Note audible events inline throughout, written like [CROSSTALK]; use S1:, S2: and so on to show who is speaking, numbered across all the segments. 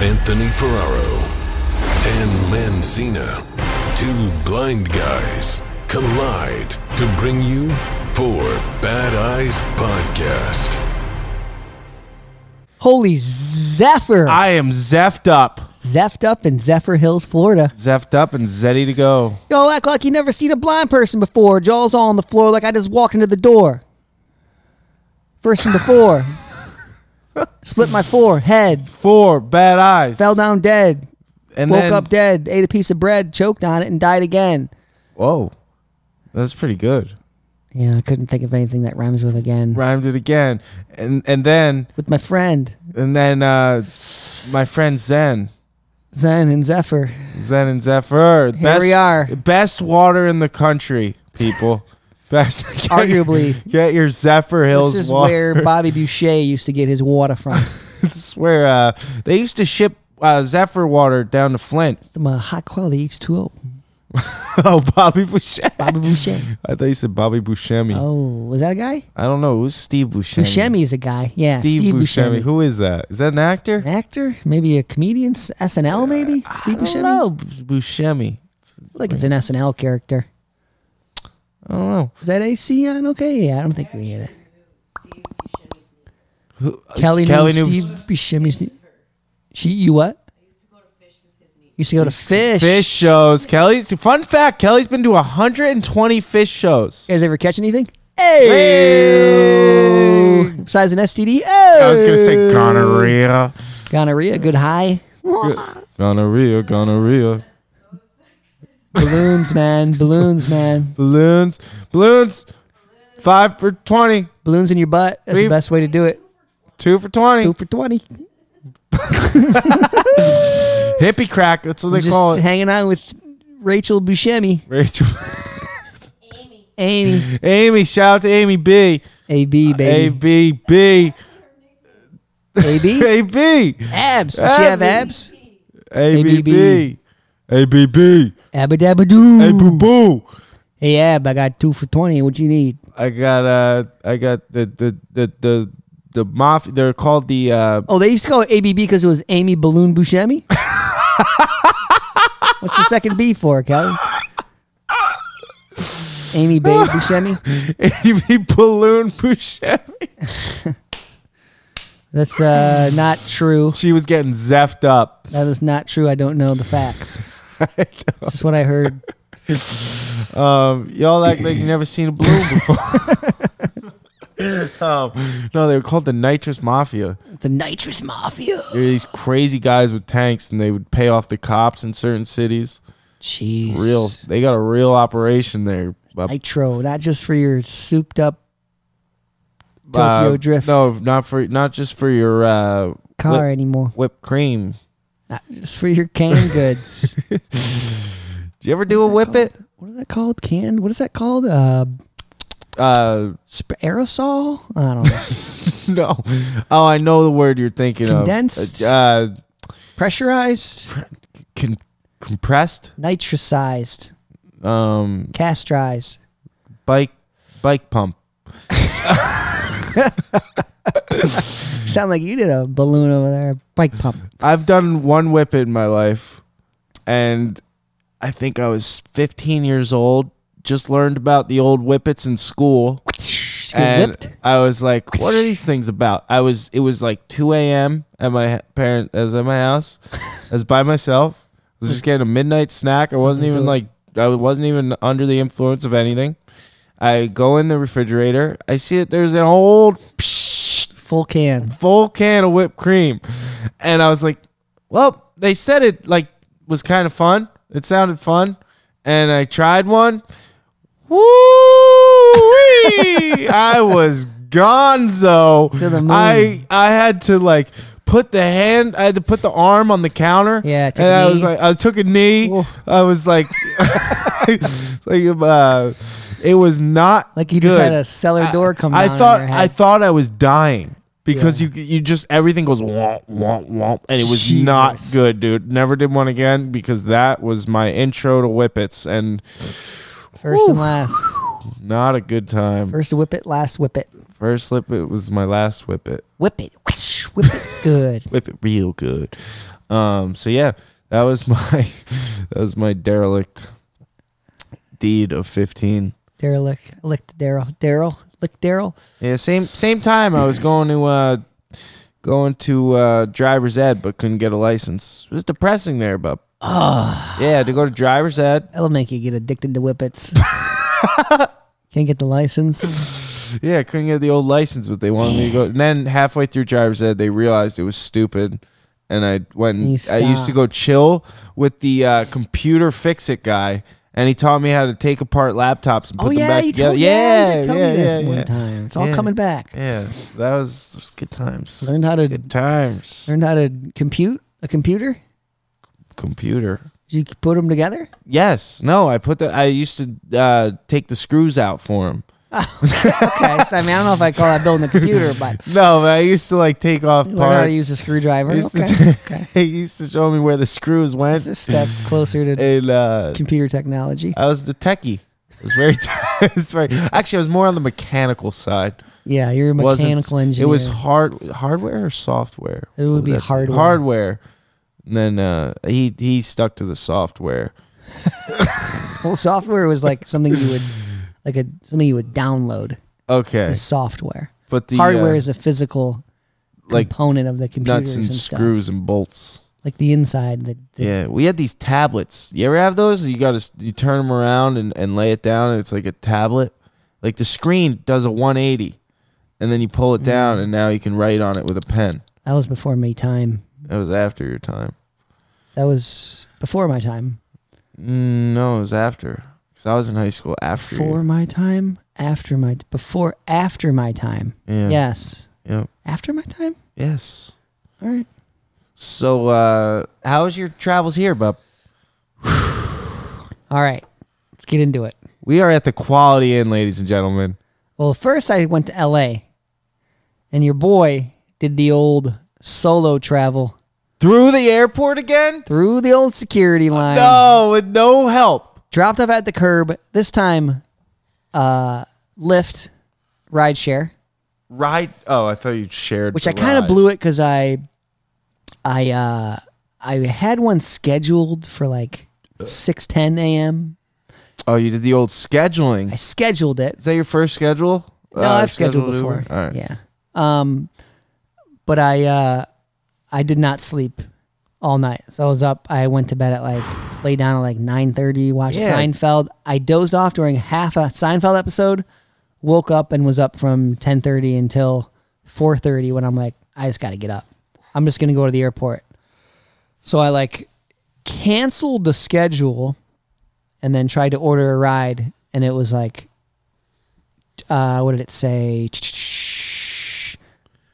S1: Anthony Ferraro, and Mancina. Two blind guys collide to bring you Four Bad Eyes Podcast.
S2: Holy Zephyr.
S3: I am zeffed up.
S2: Zephed up in Zephyr Hills, Florida.
S3: Zeffed up and zeddy to go.
S2: Y'all act like you never seen a blind person before. Jaws all on the floor like I just walked into the door. First and
S3: [LAUGHS]
S2: before. Split my forehead.
S3: Four bad eyes.
S2: Fell down dead.
S3: and
S2: woke
S3: then,
S2: up dead. Ate a piece of bread. Choked on it and died again.
S3: Whoa. That's pretty good.
S2: Yeah, I couldn't think of anything that rhymes with again.
S3: Rhymed it again. And and then
S2: With my friend,
S3: and then uh my friend Zen.
S2: Zen and
S3: [LAUGHS]
S2: Zephyr.
S3: Zen and Zephyr.
S2: Here we are.
S3: Best water in the country,
S2: [LAUGHS]
S3: people. best get your-
S2: Arguably.
S3: get your Zephyr Hills
S2: This is
S3: water. [LAUGHS]
S2: where Bobby Boucher used to get his water from.
S3: this is where uh they used to ship uh, Zephyr water down to Flint. [LAUGHS]
S2: Some uh, high quality H2O.
S3: oh, Bobby Boucher.
S2: Bobby Boucher.
S3: I thought you said Bobby Buscemi.
S2: Oh, was that a guy?
S3: I don't know. Who's Steve Buscemi?
S2: Buscemi is a guy. Yeah,
S3: Steve, Buscemi. Who is that? Is that an actor?
S2: An actor? Maybe a comedian? S- SNL maybe? Steve
S3: Uh, I don't
S2: Buscemi?
S3: know. B- Buscemi.
S2: Like it's an SNL character.
S3: I don't know.
S2: Is that AC on? Okay, yeah, I don't think we hear that. Kelly,
S3: uh, Kelly
S2: knew
S3: knew-
S2: Steve Buscemi's new. She, you what? Used to go to fish.
S3: Fish shows. Kelly's fun fact. Kelly's been to 120 fish shows.
S2: You guys ever catch anything?
S3: Hey.
S2: Besides an STD?
S3: I was gonna say
S2: Hey!
S3: gonorrhea.
S2: Gonorrhea, good high.
S3: Gonorrhea. Gonorrhea.
S2: Balloons, man. Balloons, man.
S3: Balloons. Balloons. Five for 20.
S2: Balloons in your butt. That's the
S3: We've-
S2: best way to do it.
S3: Two for 20.
S2: Two for 20.
S3: Hippie crack. That's what they call
S2: Just
S3: it.
S2: hanging out with Rachel Buscemi.
S3: Rachel.
S2: Amy.
S3: [LAUGHS] Amy. Shout out to Amy B.
S2: AB,
S3: A
S2: baby.
S3: B B.
S2: AB?
S3: [LAUGHS] A B.
S2: Abs. Does she have abs?
S3: A B
S2: ABB.
S3: B. A B B.
S2: Abba dabba
S3: A boo
S2: doo.
S3: boo.
S2: Hey, Ab, I got two for 20. What you need?
S3: I got uh I got the the the the the mafia they're called the uh
S2: Oh, they used to call it ABB because it was Amy Balloon
S3: [LAUGHS]
S2: Buscemi? What's the second B for, Kelly? Amy Babe Buscemi?
S3: Amy Balloon Buscemi.
S2: That's uh, not true.
S3: She was getting zeffed up.
S2: That is not true. I don't know the facts.
S3: [LAUGHS]
S2: Just what I heard.
S3: Um y'all act like you never seen a balloon before. [LAUGHS] um, no, they were called the Nitrous Mafia.
S2: The Nitrous Mafia.
S3: They were these crazy guys with tanks and they would pay off the cops in certain cities.
S2: Jeez.
S3: Real they got a real operation there. Uh,
S2: Nitro, not just for your souped up
S3: Uh,
S2: Tokyo Drift
S3: No, not for not just for your uh,
S2: car
S3: whip-
S2: anymore.
S3: whipped cream.
S2: Not just for your [LAUGHS] canned goods.
S3: Do you ever do a
S2: What's
S3: whip
S2: that
S3: it?
S2: called? What is that called? Canned? What is that called? Uh,
S3: Uh, [LAUGHS]
S2: sp- aerosol? I don't know.
S3: no. Oh, I know the word you're thinking
S2: Condensed?
S3: of. Uh,
S2: Pressurized?
S3: con- compressed.
S2: Nitricized?
S3: Um,
S2: Castrized?
S3: bike bike pump.
S2: Sound like you did a balloon over there. Bike pump.
S3: I've done one whip it in my life, and I think I was 15 years old. Just learned about the old whippets in school.
S2: Just get
S3: and
S2: whipped?
S3: I was like, "What are these things about?" I was. It was like 2 a.m. at my ha- parent. I was at my house. I was by myself. I was just getting a midnight snack. I wasn't even
S2: doing-
S3: like. I wasn't even under the influence of anything. I go in the refrigerator. I see that there's an old
S2: Full can.
S3: full can of whipped cream, and I was like, "Well, they said it like was kind of fun. It sounded fun, and I tried one.
S2: [LAUGHS]
S3: Woo! I was gonzo.
S2: To the moon.
S3: I I had to like put the hand. I had to put the arm on the counter.
S2: Yeah, take
S3: and
S2: a
S3: I
S2: knee.
S3: was like, I took a knee.
S2: Whoa.
S3: I was like, [LAUGHS] like uh, it was not
S2: Like you just
S3: good.
S2: had a cellar door come
S3: I
S2: down on
S3: thought
S2: your
S3: I
S2: head.
S3: thought I was dying because you you just everything goes womp womp womp and it was not
S2: Jesus.
S3: good, dude. Never did one again because that was my intro to whippets and
S2: First and last.
S3: not a good time.
S2: First whip it, last whip it.
S3: First slip it was my last whip it.
S2: Whip it. Whoosh, Whip it good.
S3: whip it real good. Um, so yeah, that was [LAUGHS] my that was my derelict deed of fifteen.
S2: Daryl licked Daryl. Daryl licked Daryl.
S3: Yeah, same same
S2: [COUGHS]
S3: time I was going to uh going to uh driver's ed but couldn't get a license. It was depressing there, but
S2: Ah.
S3: yeah, to go to driver's ed.
S2: That'll make you get addicted to
S3: [LAUGHS]
S2: whippets. Can't get the license.
S3: Yeah, I couldn't get the old license, but they wanted me to go. And then halfway through driver's ed, they realized it was stupid, and I went.
S2: You
S3: And I used to
S2: stopped.
S3: go chill with the uh, computer fix it guy, and he taught me how to take apart laptops and put
S2: Oh
S3: them
S2: yeah,
S3: back
S2: you
S3: together.
S2: told,
S3: yeah,
S2: yeah, you told
S3: yeah,
S2: me this
S3: yeah,
S2: one
S3: yeah.
S2: time. It's all
S3: Yeah.
S2: coming back.
S3: Yeah, that was, was good times.
S2: Learned how to
S3: Good times.
S2: learned how to compute a computer.
S3: Computer.
S2: You could put them together.
S3: Yes. No. I put the. I used to uh, take the screws out for him.
S2: Okay, so I mean I don't know if I call that building a computer, but
S3: No, but I used to like take off
S2: learn
S3: parts.
S2: how to use a screwdriver.
S3: He used to
S2: Okay,
S3: [LAUGHS] t- he used to show me where the screws went.
S2: it's a step closer to
S3: and uh,
S2: computer technology.
S3: I was the techie. I was very, [LAUGHS] I was very. Actually, I was more on the mechanical side.
S2: Yeah, you're a
S3: Wasn't-
S2: mechanical engineer.
S3: It was hard hardware or software.
S2: It would
S3: What
S2: be
S3: that
S2: hardware.
S3: Hardware. And then uh, he he stuck to the software.
S2: well, [LAUGHS] software was like something you would like a something you would download.
S3: Okay,
S2: Is software.
S3: but the
S2: Hardware
S3: uh,
S2: is a physical
S3: like
S2: component of the computer
S3: nuts and,
S2: stuff.
S3: screws and bolts.
S2: Like the inside. The, the,
S3: Yeah, we had these tablets. You ever have those? You got to you turn them around and, and lay it down, and it's like a tablet. Like the screen does a 180, and then you pull it down, and now you can write on it with a pen.
S2: That was before my time.
S3: That was after your time.
S2: That was before my time.
S3: Mm, No, it was after because I was in high school after. you.
S2: Before my time. After my before after my time.
S3: Yeah.
S2: Yes.
S3: Yep.
S2: After my time.
S3: Yes.
S2: All right.
S3: So, uh, how was your travels here, Bub?
S2: All right. Let's get into it.
S3: We are at the Quality Inn, ladies and gentlemen.
S2: Well, first I went to L.A. and your boy did the old solo travel
S3: Through the airport again?
S2: through the old security line.
S3: Oh, No, with no help.
S2: dropped off at the curb. This time, uh, Lyft rideshare,
S3: Right? Oh, I thought you shared.
S2: which
S3: the
S2: I kind of
S3: ride.
S2: blew it because I, I, uh, I had one scheduled for like six ten a.m.
S3: Oh, you did the old scheduling.
S2: I scheduled it.
S3: Is that your first schedule?
S2: No,
S3: Uh,
S2: I've scheduled,
S3: Uber?
S2: before.
S3: All right.
S2: Yeah. Um, but I, uh, I did not sleep all night. So I was up. I went to bed at like [SIGHS] lay down at like nine thirty. Watched
S3: Yeah.
S2: Seinfeld. I dozed off during half a Seinfeld episode. Woke up and was up from ten thirty until four thirty. When I'm like, I just got to get up. I'm just gonna go to the airport. So I like canceled the schedule, and then tried to order a ride, and it was like, uh, what did it say?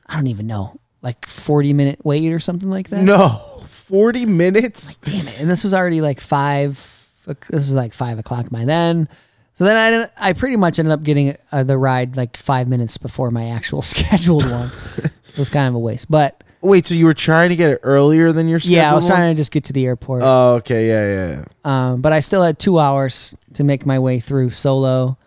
S2: I don't even know. Like forty minute wait or something like that
S3: No, forty minutes.
S2: damn it. And this was already like five. This was like five o'clock by then. So then I didn't- I pretty much ended up getting uh, the ride like five minutes before my actual [LAUGHS] scheduled one. it was kind of a waste, but
S3: Wait, so you were trying to get it earlier than your schedule?
S2: yeah, I was trying to just get to the airport.
S3: Oh, okay, yeah, yeah, yeah.
S2: um, but I still had two hours to make my way through solo.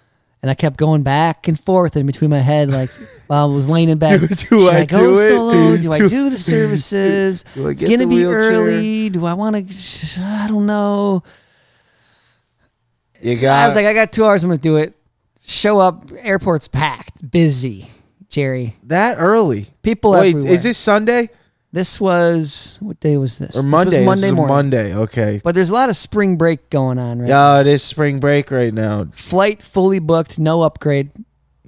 S2: And I kept going back and forth in between my head,
S3: [LAUGHS]
S2: like while I was laying in bed.
S3: Do- do
S2: Should
S3: I
S2: I go
S3: do it?
S2: solo? Do, I
S3: Do- [LAUGHS]
S2: do the services?
S3: Do I
S2: it's
S3: get
S2: gonna
S3: the
S2: be
S3: wheelchair?
S2: early. Do I want to? I don't know.
S3: You
S2: I
S3: got.
S2: was like, I got two hours. I'm gonna do it. Show up. Airport's packed, busy. Jerry,
S3: that early.
S2: people
S3: Wait,
S2: everywhere.
S3: is this Sunday
S2: This was what day was this? This
S3: or
S2: was
S3: Monday? This
S2: Monday
S3: is a
S2: morning.
S3: Monday. Okay.
S2: But there's a lot of spring break going on, right?
S3: Yeah, it is spring break right now.
S2: Flight fully booked, no upgrade.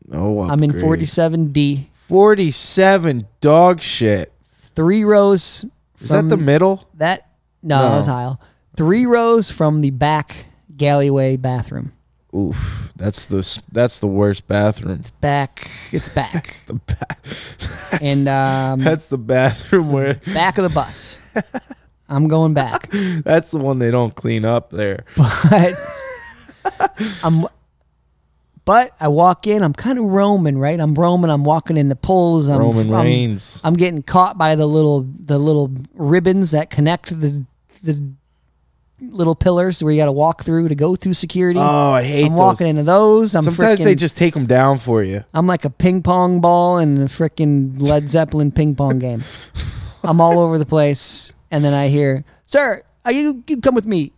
S3: Oh,
S2: I'm in
S3: upgrade.
S2: 47D,
S3: Forty-seven dog shit.
S2: three rows.
S3: Is that the
S2: from
S3: middle?
S2: that? No,
S3: No.
S2: that was aisle. Three rows from the back galleyway bathroom.
S3: Oof, that's the s- that's the worst bathroom.
S2: It's back. It's [LAUGHS] back.
S3: The ba- [LAUGHS]
S2: and um,
S3: that's the bathroom where
S2: back of the bus. [LAUGHS] I'm going back.
S3: that's the one they don't clean up there.
S2: but I'm. But I walk in. I'm kind of roaming, right? I'm roaming. I'm walking in the poles. I'm,
S3: Roman
S2: I'm,
S3: Reigns.
S2: I'm getting caught by the little the little ribbons that connect the the little pillars where you got to walk through to go through security.
S3: Oh, I hate
S2: I'm walking
S3: those.
S2: into those. I'm
S3: Sometimes
S2: frickin',
S3: they just take them down for you.
S2: I'm like a ping pong ball in a freaking Led Zeppelin ping pong
S3: [LAUGHS]
S2: game. I'm all over the place, and then I hear, "Sir, are you, you come with me."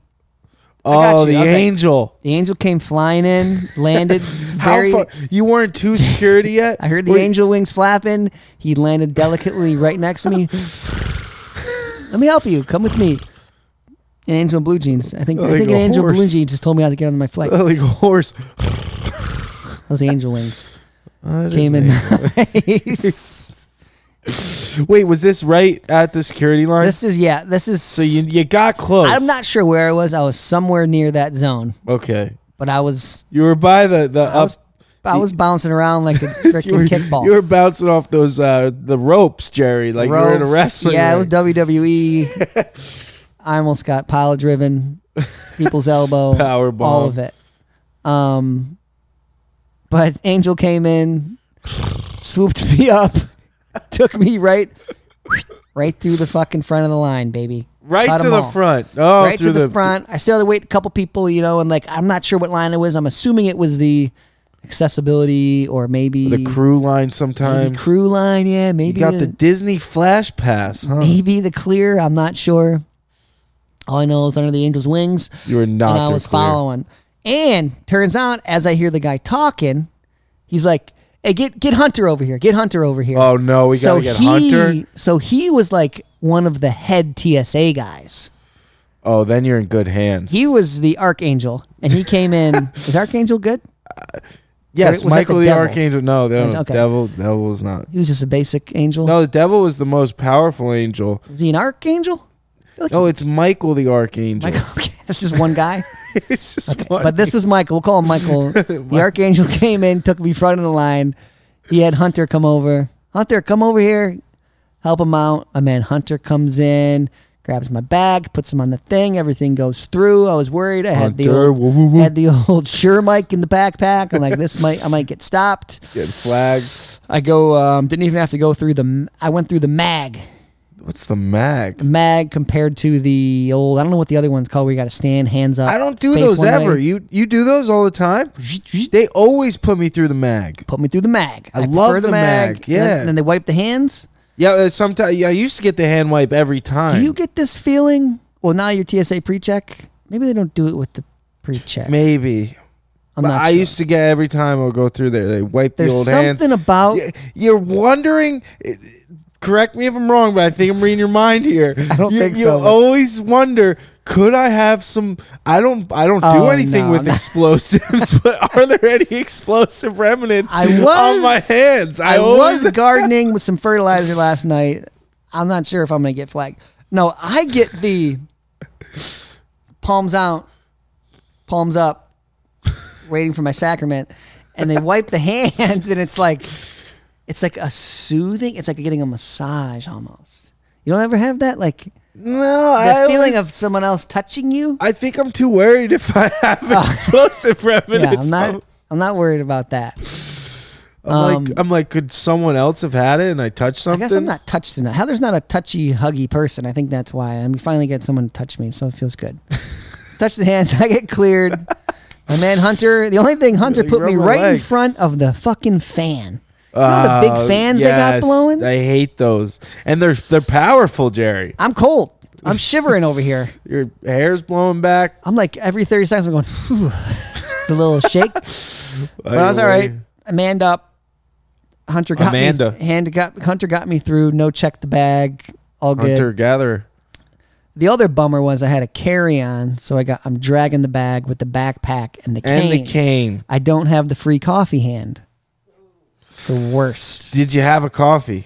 S2: got
S3: Oh,
S2: you.
S3: the
S2: I was like-
S3: angel.
S2: The angel came flying in, landed very.
S3: [LAUGHS] How far? You weren't too security yet.
S2: [LAUGHS] I heard the
S3: Wait,
S2: angel wings flapping. He landed delicately right next to
S3: [LAUGHS]
S2: me. Let me help you. Come with me. An angel in blue jeans. I think I
S3: Like
S2: think an
S3: a
S2: angel in blue
S3: horse.
S2: jeans just told me how to get on my
S3: [LAUGHS]
S2: flight.
S3: Like a horse.
S2: Those angel wings
S3: That is
S2: came in
S3: nice.
S2: [LAUGHS] nice.
S3: Wait, was this right at the security line?
S2: this is yeah. This is.
S3: so you you got close.
S2: I'm not sure where I was. I was somewhere near that zone,
S3: okay.
S2: but I was
S3: You were by the the
S2: I
S3: up.
S2: was I was bouncing around like a freaking
S3: [LAUGHS] you, were,
S2: kickball.
S3: you were bouncing off those uh the ropes, Jerry. Like you were in a
S2: Ropes.
S3: wrestling.
S2: Yeah,
S3: ring.
S2: it was
S3: [LAUGHS]
S2: WWE. I almost got pile driven, people's
S3: [LAUGHS]
S2: elbow,
S3: Power
S2: all
S3: bomb.
S2: of it. Um, but Angel came in, swooped me up, [LAUGHS] took me right, right through the fucking front of the line, baby.
S3: right
S2: Cut
S3: to
S2: 'em
S3: the
S2: all.
S3: front. Oh,
S2: right to
S3: through
S2: the, front. I still had to wait a couple people, you know, and like I'm not sure what line it was. I'm assuming it was the accessibility or maybe
S3: the crew line.
S2: maybe
S3: Sometimes
S2: crew line. Yeah,
S3: you
S2: maybe
S3: got
S2: the-
S3: the Disney Flash Pass, huh?
S2: maybe the clear. I'm not sure. All I know is under the angel's wings,
S3: You were not.
S2: and I
S3: through
S2: was
S3: clear.
S2: following. And turns out, as I hear the guy talking, he's like, "Hey, get get Hunter over here. Get Hunter over here."
S3: Oh no, we gotta get Hunter.
S2: So he was like one of the head TSA guys.
S3: Oh, then you're in good hands.
S2: He was the archangel, and he came
S3: [LAUGHS]
S2: in. is archangel good?
S3: yes,
S2: or was that
S3: Michael
S2: the
S3: the,
S2: devil?
S3: Archangel. No, the
S2: Okay.
S3: devil, devil was not.
S2: He was just a basic angel.
S3: No, the devil was the most powerful angel.
S2: Is he an archangel?
S3: Oh, it's Michael the Archangel. [LAUGHS]
S2: Michael, [LAUGHS] this is one guy.
S3: it's just funny.
S2: But this was Michael. We'll call him
S3: [LAUGHS]
S2: Michael. The archangel came in, took me front of the line. He had Hunter come over. Hunter, come over here. Help him out. My man Hunter comes in, grabs my bag, puts him on the thing. Everything goes through. I was worried. I had the
S3: Hunter,
S2: old,
S3: woo, woo, woo.
S2: had the old sure mic in the backpack. I'm like, this might I might get stopped.
S3: Getting flagged.
S2: I go. Um, didn't even have to go through the. I went through the mag.
S3: What's the mag?
S2: Mag compared to the old. I don't know what the other one's called. Where you got to stand, hands up.
S3: I don't do
S2: face
S3: those
S2: one
S3: ever.
S2: way.
S3: You you do those all the time. They always put me through the mag.
S2: put me through the mag.
S3: I
S2: prefer
S3: love the mag,
S2: And then,
S3: yeah.
S2: and then they wipe the hands.
S3: Yeah, sometimes I used to get the hand wipe every time.
S2: Do you get this feeling? Well, now your TSA pre-check. Maybe they don't do it with the pre-check.
S3: Maybe.
S2: I'm
S3: But
S2: not
S3: I
S2: sure.
S3: used to get every time I'll go through there. They wipe
S2: There's
S3: the old hands.
S2: something about.
S3: Y- You're wondering. eh, Correct me if I'm wrong, but I think I'm reading your
S2: [LAUGHS]
S3: mind here. I
S2: don't
S3: you,
S2: think
S3: you
S2: so.
S3: always wonder, could I have some? I don't. I don't do
S2: Oh,
S3: anything
S2: no,
S3: with
S2: no.
S3: explosives, [LAUGHS] but are there any explosive [LAUGHS] remnants
S2: I was
S3: on my hands?
S2: I,
S3: always. [LAUGHS]
S2: was gardening with some fertilizer last night. I'm not sure if I'm gonna get flagged. No, I get the palms out, palms up, waiting for my sacrament, and they wipe the [LAUGHS] hands, and it's like, it's like a soothing. It's like getting a massage almost. You don't ever have that like
S3: no,
S2: the
S3: I
S2: feeling of
S3: always-
S2: someone else touching
S3: [LAUGHS]
S2: you.
S3: I think I'm too worried if I [LAUGHS] have explosive
S2: Oh. [LAUGHS] Yeah,
S3: remnants.
S2: I'm not. I'm not worried about that.
S3: I'm, like, I'm like, could someone else have had it and I touched
S2: I
S3: something?
S2: guess I'm not touched enough. Heather's not a touchy, huggy person. I think that's why. I'm finally get someone to touch me, so it feels
S3: [LAUGHS]
S2: good. touch the hands, [LAUGHS] I get cleared. My man Hunter, the only thing Hunter
S3: You
S2: put
S3: rub
S2: me
S3: my
S2: right in
S3: legs.
S2: front of the fucking fan. You know the big
S3: Oh,
S2: fans they got
S3: yes,
S2: blowing?
S3: I hate those, and they're they're powerful, Jerry.
S2: I'm cold. I'm shivering over here.
S3: Your hair's blowing back.
S2: I'm like every 30 seconds I'm going, Phew. the
S3: [LAUGHS]
S2: little shake. But I was all right. Manned up. Hunter got
S3: Amanda.
S2: me. Hand got Hunter got me through. No check the bag. All good.
S3: Hunter gatherer.
S2: The other bummer was I had a carry on, so I got I'm dragging the bag with the backpack and the
S3: And
S2: cane.
S3: the cane.
S2: I don't have the free coffee hand. The worst.
S3: Did you have a coffee?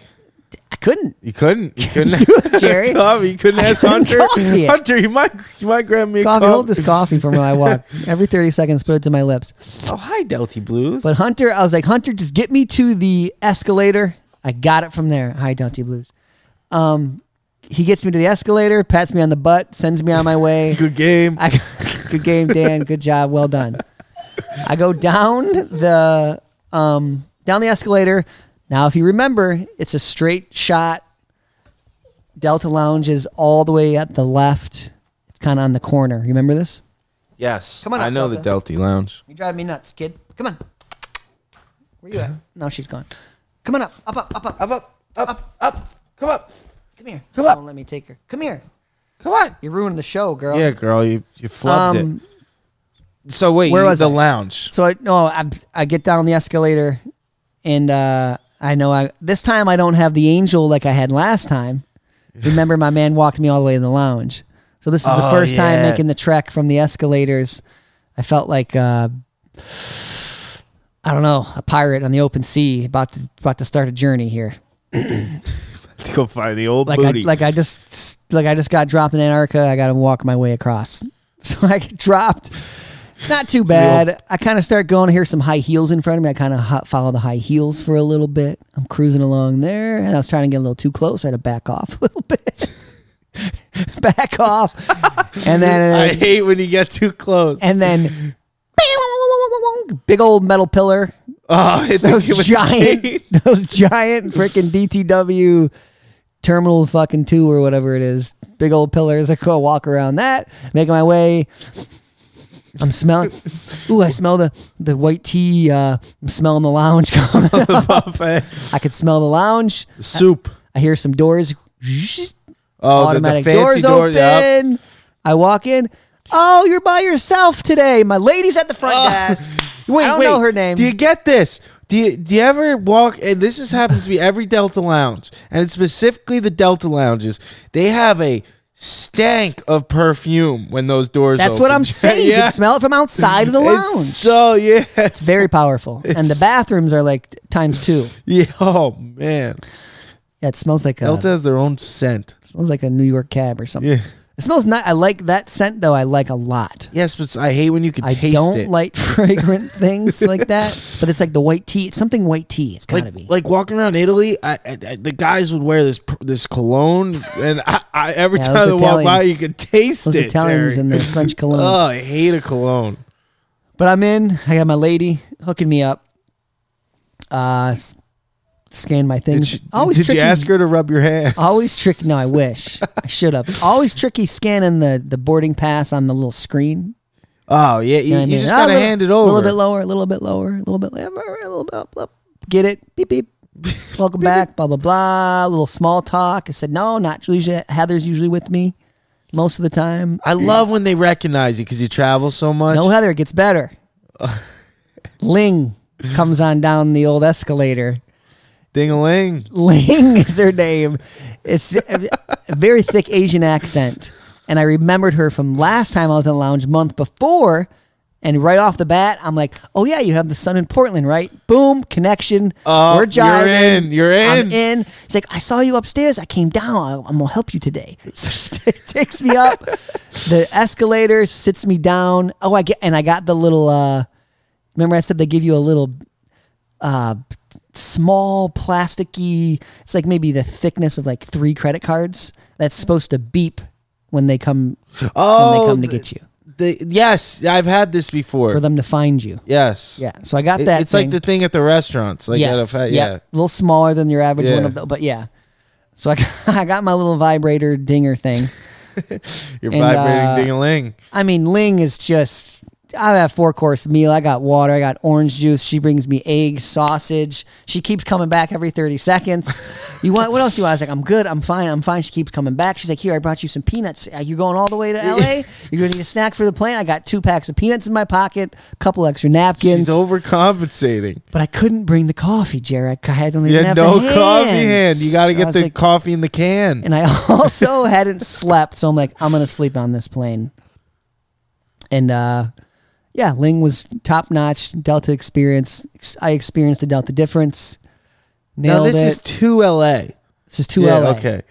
S2: I couldn't.
S3: You couldn't. You couldn't have a
S2: Jerry.
S3: coffee. You couldn't
S2: I
S3: ask
S2: couldn't
S3: Hunter.
S2: coffee it.
S3: Hunter, you might you might grab me a
S2: Coffee,
S3: coffee.
S2: hold this coffee from where I
S3: [LAUGHS]
S2: walk. Every 30 seconds, put it to my lips.
S3: Oh, hi, Delty Blues.
S2: But Hunter, I was like, Hunter, just get me to the escalator. I got it from there. Hi, Dante Blues. Um, he gets me to the escalator, pats me on the butt, sends me on my way.
S3: [LAUGHS] Good game.
S2: I, [LAUGHS] good game, Dan. Good job. Well done. I go down the um, down the escalator. Now, if you remember, it's a straight shot. Delta Lounge is all the way at the left. It's kind of on the corner. You remember this?
S3: Yes.
S2: Come on
S3: I
S2: up,
S3: know the
S2: Delta.
S3: Delty Lounge.
S2: You drive me nuts, kid. Come on. Where you at? No, she's gone. Come on up, up, up, up, up, up, up, up, up. Come up. Come here. Come
S3: up.
S2: Don't let me take her. Come here.
S3: Come on.
S2: You're ruining the show, girl.
S3: Yeah, girl, you you flubbed
S2: Um,
S3: it. So wait,
S2: where
S3: you-
S2: was
S3: the
S2: I?
S3: lounge? [LAUGHS]
S2: So I no, I, I get down the escalator, and uh, I know I this time I don't have the angel like I had last
S3: [LAUGHS]
S2: time. Remember, my man walked me all the way in the lounge. So this is the
S3: Oh,
S2: first time
S3: yeah.
S2: making the trek from the escalators. I felt like uh, I don't know a pirate on the open sea, about to about to start a journey here.
S3: To go find the old
S2: Like
S3: booty.
S2: I like I just like I just got dropped in Antarctica. I got to walk my way across. So I get dropped. Not too bad. I kind of start going. I hear some high heels in front of me. I kind of hot follow the high heels for a little bit. I'm cruising along there, and I was trying to get a little too close. I had to back off a little bit. back off, and then
S3: I hate when you get too close.
S2: and then big old metal pillar
S3: oh, hit the
S2: [LAUGHS] those
S3: kid with the
S2: giant,
S3: [LAUGHS]
S2: [LAUGHS]
S3: cane.
S2: those giant freaking DTW terminal fucking two or whatever it is. Big old pillars. I go walk around that, making my way. I'm
S3: [LAUGHS]
S2: smelling. Ooh, I smell the the white tea. Uh, I'm smelling the lounge [LAUGHS] coming.
S3: the buffet.
S2: I could smell the lounge.
S3: The soup.
S2: I hear some doors.
S3: Oh, the, the
S2: automatic doors
S3: fancy door.
S2: open.
S3: yeah.
S2: I walk in. Oh, you're by yourself today. My lady's at the front
S3: Ah. [LAUGHS]
S2: desk.
S3: Wait,
S2: I don't
S3: wait.
S2: know her name.
S3: Do you get this? Do you, do you ever walk? And this is, happens to be every Delta Lounge, and it's specifically the Delta Lounges. They have a stank of perfume when those doors.
S2: That's
S3: open. [LAUGHS]
S2: what I'm saying. You
S3: yeah.
S2: can smell it from outside of the
S3: It's
S2: lounge.
S3: so yeah,
S2: It's very powerful. and the
S3: It's-
S2: bathrooms are like t- times two.
S3: [LAUGHS] yeah. Oh man,
S2: Yeah, it smells like a
S3: Delta has their own scent.
S2: smells like a New York cab or something.
S3: Yeah.
S2: It smells nice. I like that scent though. I like a lot.
S3: Yes, but I hate when you can
S2: I
S3: taste
S2: don't
S3: it.
S2: like [LAUGHS] fragrant things like that. But it's like the white tea. It's something white tea. It's gotta
S3: like,
S2: be.
S3: like walking around Italy, I, I, I- the guys would wear this pr- this cologne, and I, I, every
S2: Yeah,
S3: time they
S2: those
S3: walk by, you
S2: Italians-
S3: could taste
S2: Those
S3: it.
S2: Italians
S3: Jerry.
S2: and their
S3: [LAUGHS]
S2: French cologne.
S3: Oh, I hate a cologne.
S2: But I'm in. I got my lady hooking me up. Uh, s- scan my
S3: Did,
S2: things.
S3: you,
S2: Always
S3: did
S2: tricky. Oh.
S3: you ask her to rub your hand?
S2: Always tricky. No, I wish I should have. Always tricky scanning the the boarding pass on the little screen.
S3: Oh yeah, you,
S2: know what I
S3: you
S2: mean?
S3: just
S2: Ah,
S3: gotta
S2: little-
S3: hand it over.
S2: A little bit lower, a little bit lower, a little bit lower, a little bit up, up. Get it? Beep
S3: [LAUGHS]
S2: beep. Welcome back. Blah blah blah. A little small talk. I said no, not usually. Heather's usually with me most of the time.
S3: I love when they recognize you because you travel so much.
S2: No Heather, it gets
S3: [LAUGHS]
S2: better. Ling comes on down the old escalator.
S3: Ding
S2: [LAUGHS]
S3: a ling.
S2: Ling is her name. It's a a very thick Asian accent. And I remembered her from last time I was in the lounge month before. And right off the bat, I'm like, oh, yeah, you have the sun in Portland, right? Boom, connection.
S3: Oh,
S2: We're
S3: You're
S2: jiving.
S3: in. You're in.
S2: I'm in. He's like, I saw you upstairs. I came down. I, I'm gonna help you today. [LAUGHS] So she t- takes me up the escalator, sits me down. Oh, I get and I got the little. uh Remember, I said they give you a little uh small plasticky. It's like maybe the thickness of like three credit cards. That's supposed to beep when they come when
S3: Oh,
S2: they come to
S3: th-
S2: get you
S3: the- yes, I've had this before.
S2: for them to find you.
S3: yes.
S2: Yeah. So I got
S3: It-
S2: that.
S3: it's
S2: thing.
S3: like the thing at the restaurants. Like at a
S2: yes.
S3: fa-
S2: yep.
S3: yeah.
S2: A little smaller than your average one
S3: Yeah.
S2: of those, but yeah. So I [LAUGHS] got, I got my little vibrator dinger thing.
S3: You're
S2: And,
S3: vibrating
S2: uh,
S3: ding a ling.
S2: I mean, Ling is just. I have a four course meal. I got water. I got orange juice. She brings me eggs, sausage. She keeps coming back every thirty seconds.
S3: [LAUGHS]
S2: You want what else do you want? I was like, I'm good. I'm fine. I'm fine. She keeps coming back. She's like, here, I brought you some peanuts. Are you going all the way to L.A.? You're gonna need a snack for the plane. I got two packs of peanuts in my pocket, a couple extra napkins.
S3: She's overcompensating.
S2: but I couldn't bring the coffee, Jarek. I had only
S3: You
S2: didn't
S3: had
S2: have
S3: no
S2: the
S3: coffee hand.
S2: hands.
S3: You got to
S2: I
S3: get
S2: was
S3: the
S2: like-
S3: coffee in the can.
S2: and I [LAUGHS] also hadn't slept, so I'm like, I'm gonna sleep on this plane. And uh, yeah, Ling was top notch Delta experience. Ex- I experienced the Delta difference.
S3: now
S2: Nailed
S3: this
S2: it.
S3: is two LA.
S2: this is two
S3: yeah,
S2: LA.
S3: Okay.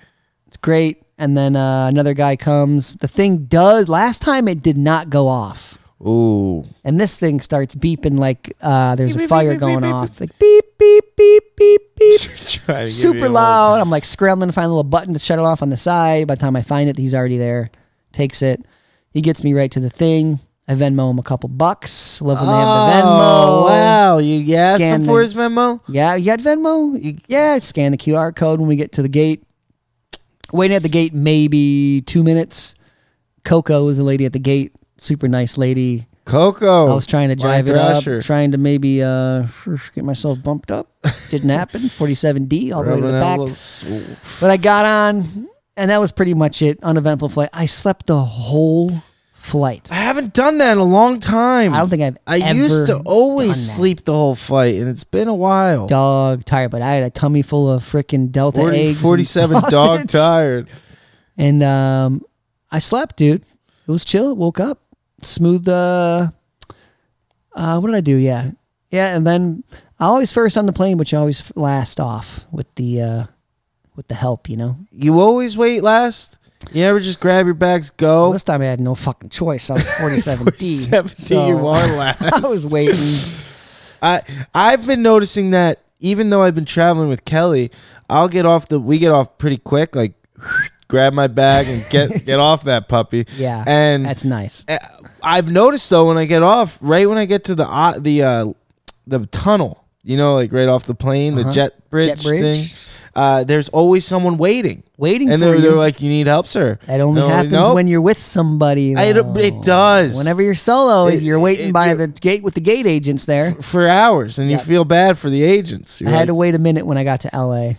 S2: It's great. And then uh, another guy comes. The thing does. Last time it did not go off,
S3: Ooh. [LAUGHS]
S2: and this thing starts beeping like uh, there's a fire going off. Like beep beep beep beep beep.
S3: Try to give you a
S2: super
S3: little-
S2: loud. I'm like scrambling to find a little button to shut it off on the side. By the time I find it, he's already there. Takes it. He gets me right to the thing. I Venmo him a couple bucks. Love when they have the Venmo.
S3: Oh, wow. You you asked
S2: Scan
S3: him for
S2: the-
S3: his memo?
S2: Yeah, you got Venmo? You- Yeah, scan the QR code when we get to the gate. Waiting at the gate maybe two minutes. Coco was the lady at the gate, super nice lady.
S3: Coco.
S2: I was trying to
S3: Mike
S2: drive it up,
S3: Oh, Thrasher.
S2: trying to maybe uh, get myself bumped up. Didn't happen. [LAUGHS] 47D all the way to
S3: Rubbing
S2: the
S3: that
S2: back.
S3: little s-
S2: But I got on, and that was pretty much it. Uneventful flight. I slept the whole flight.
S3: I haven't done that in a long time.
S2: I don't think I've
S3: I
S2: ever
S3: used to
S2: done
S3: always
S2: that.
S3: sleep the whole flight, and it's been a while.
S2: Dog tired, but I had a tummy full of freaking Delta
S3: 40
S2: eggs. and
S3: 47
S2: [LAUGHS]
S3: dog
S2: sausage.
S3: tired.
S2: And um, I slept, dude. It was chill. Woke up, smooth. Uh, uh, what did I do? Yeah, yeah. And then I always first on the plane, but you always last off with the uh, with the help. You know,
S3: You always wait last. You never just grab your bags, go.
S2: this time I had no fucking choice. I
S3: [LAUGHS]
S2: was forty-seven D.
S3: 47 you are
S2: [LAUGHS]
S3: last.
S2: I was waiting.
S3: I I've been noticing that even though I've been traveling with Kelly, I'll get off the we get off pretty quick, like [SIGHS] grab my bag and
S2: [LAUGHS]
S3: get get off that puppy.
S2: Yeah,
S3: and
S2: Ah, that's nice.
S3: uh, I've noticed though when I get off, right when I get to the uh, the uh, the tunnel, you know, like right off the plane, the jet bridge,
S2: Uh-huh. Jet bridge.
S3: thing. Uh, there's always someone waiting,
S2: Waiting
S3: and
S2: for
S3: they're,
S2: you.
S3: they're like, "You need help, sir."
S2: That only
S3: No,
S2: happens
S3: nope.
S2: when you're with somebody.
S3: I- it-
S2: though.
S3: it does.
S2: Whenever you're solo,
S3: It-
S2: you're waiting
S3: it-
S2: by
S3: it-
S2: the gate with the gate agents there.
S3: for hours, and
S2: Yeah.
S3: you feel bad for the agents.
S2: I
S3: You're
S2: had
S3: like-
S2: to wait a minute when I got to LA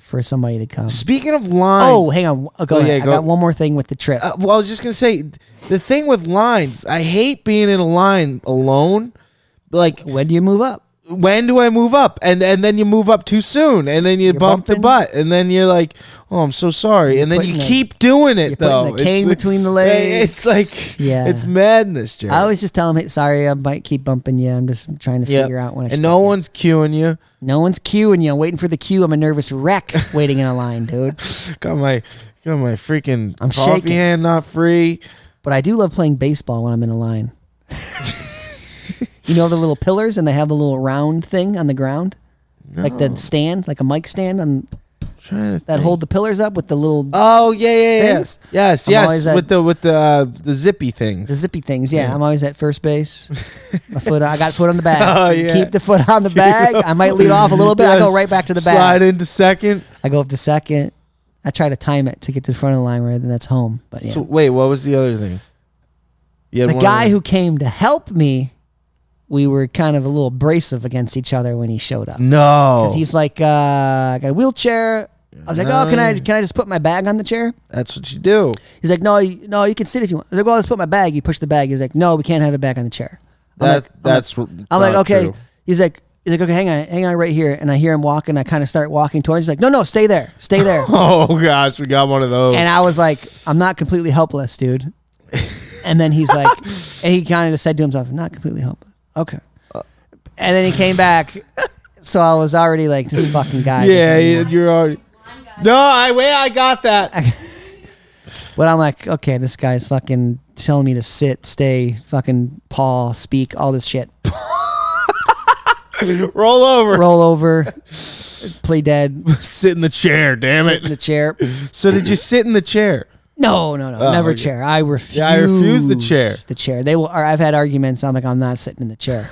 S2: for somebody to come.
S3: Speaking of lines,
S2: Oh, hang on. Oh, go
S3: Oh,
S2: ahead.
S3: yeah,
S2: I
S3: go.
S2: got one more thing with the trip.
S3: uh, well, I was just gonna say the thing with lines. I hate being in a line alone. Like,
S2: when do you move up?
S3: when do I move up? And and then you move up too soon, and then you bump
S2: bumping.
S3: the butt, and then you're like, oh, I'm so sorry, and then you
S2: putting a-
S3: keep doing it
S2: you're putting
S3: though.
S2: a cane
S3: like-
S2: between the
S3: It's
S2: legs.
S3: like,
S2: Yeah.
S3: yeah, it's madness, Jerry.
S2: I always just tell them, hey, sorry, I might keep bumping you. I'm just trying to
S3: Yep.
S2: figure out when I should.
S3: and no
S2: get you."
S3: one's queuing you.
S2: no one's queuing you. I'm waiting for the queue. I'm a nervous wreck waiting in a line, dude.
S3: Got my got my freaking
S2: I'm
S3: coffee
S2: shaking.
S3: hand not free.
S2: But I do love playing baseball when I'm in a line. you know the little pillars and they have the little round thing on the ground? Like the stand, like a mic stand on
S3: Trying to
S2: that
S3: think.
S2: hold the pillars up with the little
S3: Oh yeah, yeah, yeah.
S2: Things?
S3: Yes,
S2: I'm
S3: yes.
S2: always at-
S3: with the with the uh, the zippy
S2: the
S3: things.
S2: zippy things. Yeah,
S3: Yeah.
S2: I'm always at first base. My foot, I got foot on the bag.
S3: [LAUGHS] Oh, yeah.
S2: Keep the foot
S3: [LAUGHS]
S2: on the bag. I might lead off a little bit. I go
S3: Yes.
S2: right back to the
S3: Slide
S2: bag.
S3: into second.
S2: I go up to second. I try to time it to get to the front of the line rather than that's home. But yeah.
S3: So wait, what was the other thing? You had
S2: the
S3: one
S2: guy
S3: other-
S2: who came to help me, we were kind of a little abrasive against each other when he showed up.
S3: no,
S2: Because he's
S3: Oh.
S2: like, uh, I got a wheelchair. I was like, oh, can I can I just put my bag on the chair?
S3: that's what you do.
S2: He's like, no, you, no, you can sit if you want. I was like, well, let's put my bag. You push the bag. He's like, no, we can't have it back on the chair. I'm
S3: That-
S2: like, I'm
S3: that's
S2: like,
S3: r-
S2: I'm like,
S3: not
S2: okay.
S3: true.
S2: He's like, he's like, okay, hang on, hang on, right here. And I hear him walking. I kind of start walking towards. He's like, no, no, stay there, stay there.
S3: [LAUGHS] [LAUGHS] Oh gosh, we got one of those.
S2: and I was like, I'm not completely helpless, dude. And then he's
S3: [LAUGHS]
S2: like, and he kind of said to himself, I'm not completely helpless. Okay.
S3: Uh.
S2: And then he came back. So I was already like, this fucking guy.
S3: yeah,
S2: doesn't
S3: you-
S2: want-
S3: you're already. No, I wait. I got that.
S2: But I'm like, okay, this guy's fucking telling me to sit, stay, fucking paw, speak, all this
S3: [LAUGHS]
S2: shit.
S3: Roll
S2: [LAUGHS]
S3: over.
S2: Roll over, play dead,
S3: Sit in the chair. Damn
S2: sit in
S3: it.
S2: the chair.
S3: So did you sit in the chair?
S2: No, no, no,
S3: Oh,
S2: never
S3: okay.
S2: chair. I refuse.
S3: I refuse the chair.
S2: The chair. They will. Or I've had arguments. I'm like, I'm not sitting in the
S3: [LAUGHS]
S2: chair.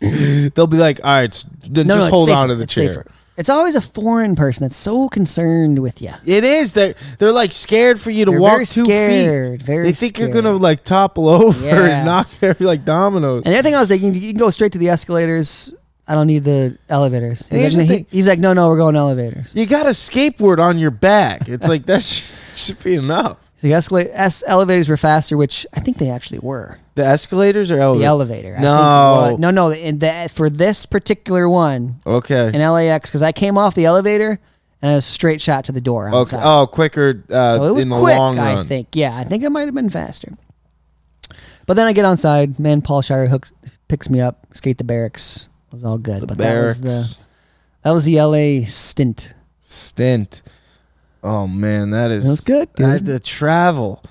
S3: They'll be like, all right, s- then
S2: No, no,
S3: just
S2: it's
S3: hold
S2: safer.
S3: on to the
S2: It's
S3: chair.
S2: safer. It's always a foreign person that's so concerned with you.
S3: It is. They're they're like scared for you to
S2: They're
S3: walk
S2: very
S3: two
S2: scared,
S3: feet.
S2: very
S3: they think you're
S2: scared.
S3: gonna like topple over
S2: Yeah.
S3: and [LAUGHS] knock every like dominoes.
S2: And the other thing I was like, you can, you can go straight to the escalators. I don't need the elevators. He's
S3: Here's
S2: like,
S3: the
S2: he-
S3: thing.
S2: he's like, no, no, we're going elevators.
S3: You got a skateboard on your back. It's like that [LAUGHS] should, should be enough.
S2: The escalate es- elevators were faster, which I think they actually were.
S3: The escalators are elevators.
S2: The elevator. I
S3: No.
S2: think, what- no, no. And that, for this particular one
S3: Okay.
S2: in LAX, because I came off the elevator and I was straight shot to the door.
S3: okay.
S2: Outside.
S3: Oh, quicker uh,
S2: so it was
S3: in the
S2: quick,
S3: long run.
S2: I think. Yeah, I think I might have been faster. But then I get onside. Man, Paul Shire hooks, picks me up. Skate the barracks. It was all good. but
S3: Barracks
S2: that was the that was the LA
S3: [SIGHS]
S2: stint.
S3: stint. Oh man, that is
S2: That was good, dude.
S3: that- the travel.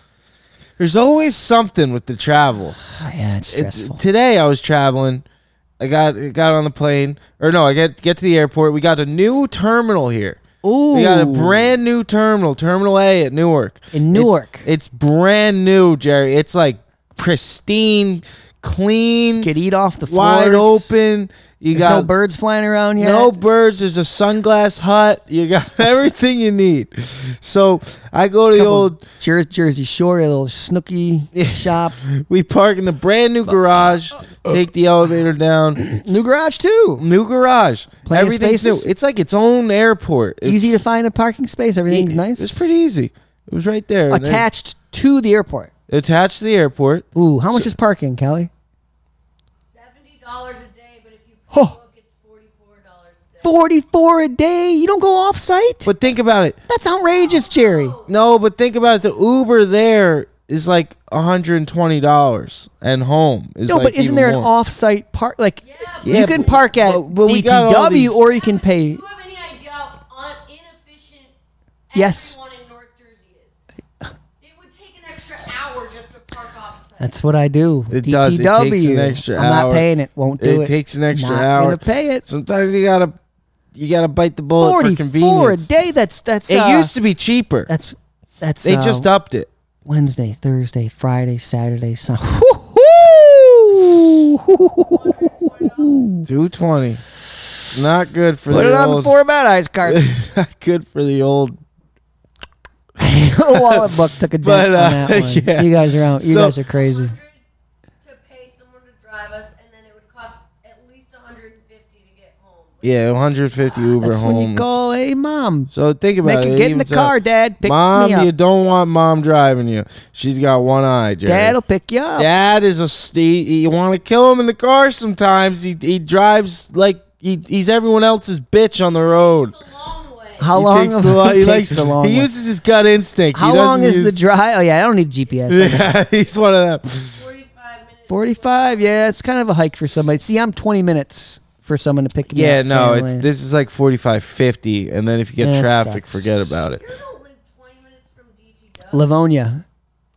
S3: There's always something with the travel.
S2: Oh, yeah, it's
S3: It-
S2: stressful.
S3: today I was traveling. I got got on the plane, or no, I get get to the airport. We got a new terminal here.
S2: Ooh,
S3: We got a brand new terminal, Terminal A at Newark.
S2: in Newark.
S3: It's, it's brand new, Jerry. It's like pristine, clean,
S2: could eat off the floors.
S3: wide open. You
S2: There's
S3: got
S2: no birds flying around yet.
S3: no birds. There's a sunglass hut. You got [LAUGHS] everything you need. So I go to the
S2: Couple
S3: old.
S2: Jer- Jersey Shore, a little snooky
S3: [LAUGHS]
S2: shop.
S3: We park in the brand new garage. Take the elevator down. [CLEARS THROAT]
S2: New garage too.
S3: New garage.
S2: Plenty of
S3: Everything's
S2: spaces?
S3: new. It's like its own airport. It's
S2: Easy to find a parking space. Everything's nice.
S3: It's pretty easy. It was right there. And then
S2: attached to the airport.
S3: Attached to the airport.
S2: Ooh, how much is parking, Kelly?
S4: Seventy dollars a day, but if you
S2: Huh.
S4: pre-book, it's forty-four dollars a day.
S2: Forty-four a day. You don't go off site.
S3: But think about it.
S2: That's outrageous, Jerry.
S3: No, but think about it. The Uber there is like $120 and home is
S2: No,
S3: like
S2: but isn't
S3: even
S2: there an
S3: more.
S2: off-site park? Like
S3: Yeah,
S2: you can
S3: but-
S2: park at
S3: but- but we got all
S2: DTW,
S3: these-
S2: or you can pay.
S4: Do you have any idea how un- inefficient
S2: Yes.
S4: everyone in North Jersey is? It would take an extra hour just to park off site.
S2: That's what I do.
S3: It
S2: DTW.
S3: does. It takes an extra
S2: I'm
S3: hour.
S2: not paying it. Won't do it.
S3: It takes an extra
S2: not
S3: hour.
S2: Gonna pay it.
S3: Sometimes you gotta you gotta bite the bullet for
S2: Forty-four a
S3: convenience.
S2: day. That's that's.
S3: It
S2: uh,
S3: used to be cheaper.
S2: That's that's.
S3: they
S2: uh,
S3: just upped it.
S2: Wednesday, Thursday, Friday, Saturday, [LAUGHS] Sunday.
S3: Two twenty. Not good for
S2: Put
S3: the
S2: it on the
S3: old.
S2: four bad eyes [LAUGHS] card.
S3: [LAUGHS] not good for the old.
S2: Wallet book took a dip
S3: But,
S2: on
S3: uh,
S2: that [LAUGHS] one.
S3: yeah.
S2: You guys are out. You
S3: So-
S2: guys are crazy.
S4: 100 to pay someone to drive us, and then it would cost at least one hundred and fifty to get home.
S3: Yeah, one hundred fifty Uber
S2: That's
S3: home.
S2: when you call a mom.
S3: So think about
S2: Make
S3: it.
S2: it get in the
S3: evens
S2: car,
S3: out.
S2: Dad. Pick
S3: mom,
S2: me up.
S3: you don't want mom driving you. She's got one eye, Jerry.
S2: Dad'll pick you up.
S3: Dad is a st- he- you want to kill him in the car sometimes. He he drives like he, he's everyone else's bitch on the road.
S4: It's a long way.
S2: How
S3: He
S2: long?
S3: takes
S2: [LAUGHS]
S3: the lo-
S2: he
S3: he
S2: takes
S3: likes-
S2: the long.
S3: He
S2: one.
S3: uses his gut instinct. He
S2: How long
S3: doesn't
S2: is the
S3: use-
S2: drive? Oh yeah, I don't need
S3: [LAUGHS]
S2: GPS.
S3: Yeah, he's one of them.
S4: Forty-five minutes.
S2: Forty-five. Yeah, it's kind of a hike for somebody. See, I'm twenty minutes for someone to pick me
S3: Yeah,
S2: up.
S3: no,
S2: finally.
S3: it's this is like 45 50 and then if you get
S2: Yeah, it
S3: traffic,
S2: sucks.
S3: forget about it.
S4: You don't live twenty minutes from DTW.
S2: Livonia.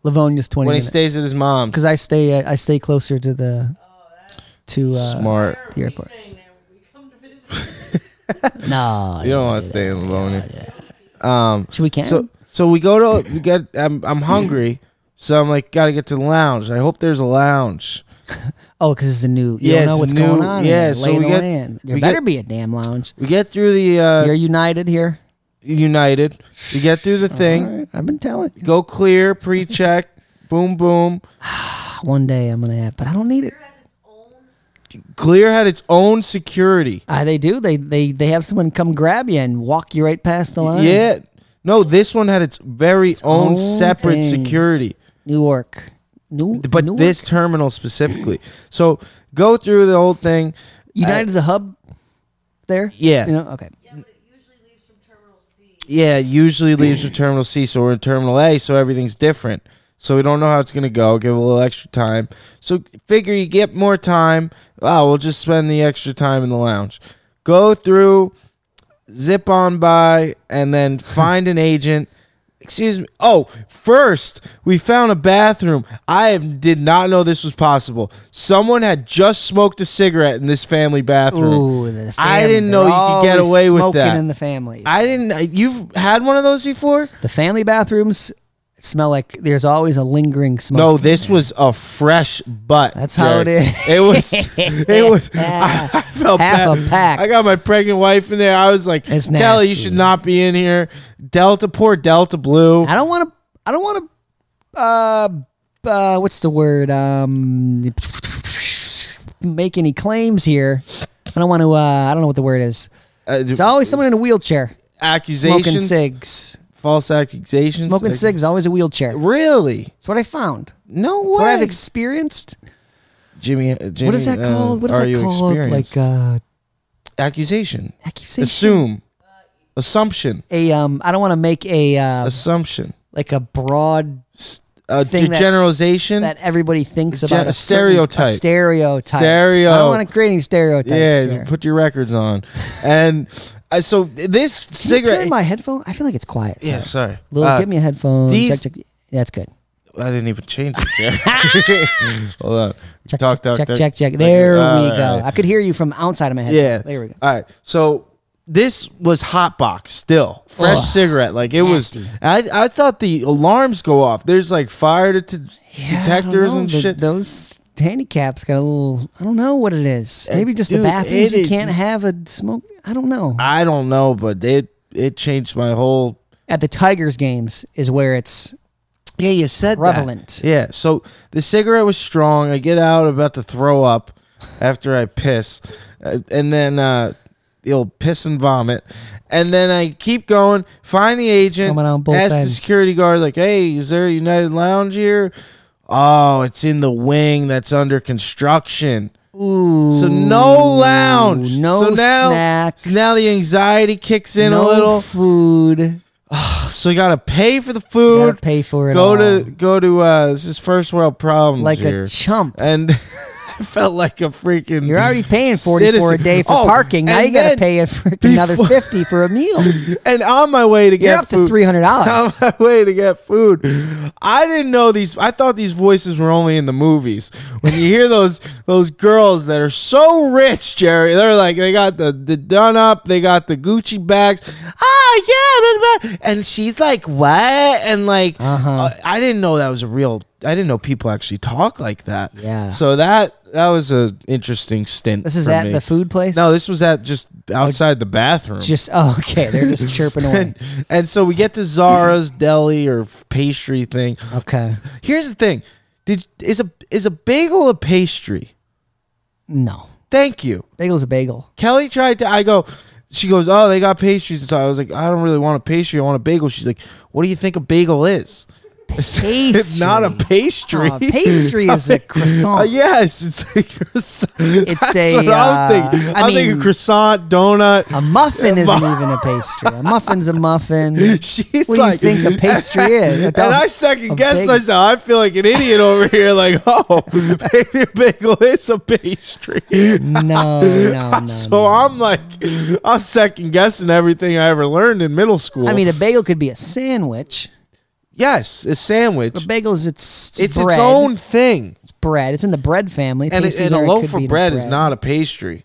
S2: Livonia's twenty.
S3: When he
S2: minutes.
S3: stays at his mom's.
S2: because I stay I stay closer to the to uh,
S3: Smart.
S2: the airport.
S4: Staying there when we come to visit.
S2: No,
S3: You don't want to stay in Livonia. Um
S2: should we can?
S3: So so we go to we get I'm I'm hungry, so I'm like gotta get to the lounge. I hope there's a lounge.
S2: oh, because it's a new. You
S3: Yeah,
S2: don't know
S3: it's
S2: what's
S3: new-
S2: going on.
S3: yeah,
S2: Yeah,
S3: so
S2: lay of
S3: we
S2: the
S3: get-
S2: land. There
S3: we
S2: better
S3: get-
S2: be a damn lounge.
S3: We get through the uh,
S2: You're united here.
S3: United. We get through the
S2: All
S3: thing.
S2: right, I've been telling you.
S3: Go clear, pre-check, boom boom.
S2: Ah, One day I'm gonna have, but I don't need it.
S4: It has its own
S3: Clear had its own security.
S2: Ah, they do. They they they have someone come grab you and walk you right past the line.
S3: Yeah. No, this one had its very own,
S2: own
S3: separate
S2: thing.
S3: security.
S2: New York. New,
S3: But
S2: Newark?
S3: this terminal specifically. so go through the whole thing.
S2: United's a hub there.
S3: Yeah.
S2: You know. Okay.
S4: Yeah, but it usually leaves from Terminal C.
S3: Yeah, it usually leaves with Terminal C, so we're in Terminal A, so everything's different. So we don't know how it's gonna go. Give it a little extra time. So figure you get more time. Oh, we'll just spend the extra time in the lounge. Go through, zip on by, and then find an agent. Excuse me. Oh, first we found a bathroom. I have- did not know this was possible. Someone had just smoked a cigarette in this family bathroom.
S2: Ooh, the
S3: I
S2: family.
S3: didn't know
S2: They're
S3: you could get
S2: always
S3: away with
S2: smoking
S3: that.
S2: in the family.
S3: I didn't. You've had one of those before?
S2: The family bathrooms smell like there's always a lingering smoke.
S3: No, this was a fresh butt.
S2: That's how it
S3: Jared.
S2: is. [LAUGHS]
S3: It was. It was. I, I felt
S2: Half
S3: bad.
S2: a pack.
S3: I got my pregnant wife in there. I was like,
S2: It's
S3: Kelly, you
S2: nasty.
S3: should not be in here. Delta, poor Delta Blue.
S2: I don't want to. I don't want to. Uh, uh, what's the word? Um, make any claims here. I don't want to. Uh, I don't know what the word is.
S3: Uh,
S2: It's always someone in a wheelchair
S3: accusations.
S2: smoking cigs.
S3: False accusations.
S2: Smoking
S3: Like-
S2: cigs, always a wheelchair.
S3: Really?
S2: That's what I found.
S3: No way.
S2: What I've experienced.
S3: Jimmy, uh, Jimmy.
S2: what is that
S3: uh,
S2: called? What is
S3: are
S2: that
S3: you
S2: called?
S3: experienced?
S2: Like uh,
S3: accusation.
S2: accusation.
S3: Assume. Assumption.
S2: A um. I don't want to make a uh,
S3: Assumption.
S2: like a broad
S3: S- Uh,
S2: Thing that-
S3: generalization.
S2: that everybody thinks
S3: Gen-
S2: about a certain-
S3: stereotype.
S2: a stereotype.
S3: Stereo.
S2: I don't want to create any stereotypes.
S3: Yeah,
S2: here.
S3: put your records on. And uh, so this
S2: Can you
S3: cigarette.
S2: turn my headphone. I feel like it's quiet. Sorry.
S3: yeah, sorry.
S2: Lil,
S3: Uh,
S2: give me a headphone.
S3: these-
S2: check, check. That's good.
S3: I didn't even change it.
S2: [LAUGHS]
S3: Jared. [LAUGHS] Hold on.
S2: Check, check,
S3: Talk, talk,
S2: check,
S3: talk.
S2: check, check. There
S3: All
S2: we
S3: right,
S2: go.
S3: all right.
S2: I could hear you from outside of my head.
S3: Yeah.
S2: There we go.
S3: All right. So this was hot box still fresh
S2: Ugh.
S3: cigarette like it was
S2: Nasty.
S3: I, I thought the alarms go off there's like fire det-
S2: Yeah, I don't
S3: detectors
S2: know.
S3: and
S2: The-
S3: shit
S2: Those handicap's got a little. I don't know what it is. Maybe just
S3: Uh, dude,
S2: the bathrooms.
S3: it
S2: You
S3: is-
S2: can't have a smoke. I don't know.
S3: I don't know, but it it changed my whole
S2: At the Tigers games is where it's
S3: Yeah, you said that.
S2: Prevalent.
S3: Yeah, so the cigarette was strong. I get out about to throw up after I piss, uh, and then uh, you'll piss and vomit, and then I keep going. Find the agent.
S2: Coming on both
S3: ask
S2: ends.
S3: the security guard, like, "Hey, is there a United Lounge here?" Oh, it's in the wing that's under construction.
S2: ooh.
S3: So no lounge.
S2: no
S3: so now,
S2: snacks.
S3: so now the anxiety kicks in
S2: no
S3: a little.
S2: food.
S3: So you gotta pay for the
S2: You
S3: food.
S2: gotta pay for it.
S3: go
S2: all.
S3: to go to uh this is first world problems
S2: like
S3: here.
S2: a chump.
S3: and [LAUGHS] I felt like a freaking
S2: You're already
S3: [LAUGHS]
S2: paying forty for a
S3: citizen.
S2: day for
S3: Oh,
S2: parking. Now
S3: and
S2: you gotta
S3: then-
S2: pay it for [LAUGHS] another
S3: before-
S2: fifty for a
S3: [LAUGHS]
S2: meal.
S3: and on my way to get
S2: You're up to
S3: food-
S2: three hundred
S3: on
S2: dollars.
S3: my [LAUGHS] way to get food. I didn't know these. I thought these voices were only in the movies. When you hear those those girls that are so rich, Jerry, they're like they got the the done up, they got the Gucci bags. Ah, yeah, blah, blah, blah. and she's like what? And like
S2: Uh-huh.
S3: uh, I didn't know that was a real. I didn't know people actually talk like that.
S2: Yeah.
S3: So that that was an interesting stint.
S2: This is
S3: for
S2: at
S3: me.
S2: the food place.
S3: No, this was at just outside the bathroom.
S2: just oh, okay. They're
S3: [LAUGHS]
S2: just chirping away.
S3: and, and so we get to Zara's deli or f- pastry thing.
S2: Okay.
S3: Here's the thing: Did is a is a bagel a pastry?
S2: No.
S3: Thank you,
S2: Bagel's a bagel.
S3: Kelly. Tried to. I go. She goes, oh, they got pastries. And so I was like, I don't really want a pastry. I want a bagel. She's like, what do you think a bagel is? [LAUGHS] [LAUGHS] It's not a pastry.
S2: Uh, pastry
S3: [LAUGHS]
S2: is a croissant.
S3: Uh, yes, it's a [LAUGHS] croissant. It's
S2: a, uh,
S3: I'm thinking.
S2: I
S3: I'm thinking
S2: mean-
S3: croissant, donut.
S2: A muffin
S3: A
S2: isn't
S3: mu-
S2: even a pastry.
S3: [LAUGHS]
S2: A muffin's a muffin.
S3: She's
S2: What do you
S3: like,
S2: think a pastry
S3: [LAUGHS]
S2: is? A
S3: and
S2: dog-
S3: I second
S2: a
S3: guess
S2: bagel.
S3: myself. I feel like an idiot over here. Like, [LAUGHS] oh, maybe a bagel is a pastry.
S2: [LAUGHS]
S3: [LAUGHS]
S2: No, no, no.
S3: so
S2: no.
S3: [LAUGHS] I'm like, I'm second guessing everything I ever learned in middle school.
S2: I mean, a bagel could be a sandwich.
S3: yes, a sandwich.
S2: A bagel is its
S3: it's
S2: bread.
S3: its own thing,
S2: It's bread. It's in the bread family.
S3: and, it,
S2: Pastries
S3: and a
S2: are- it
S3: loaf
S2: could be
S3: of
S2: in
S3: bread is
S2: [LAUGHS]
S3: not a pastry.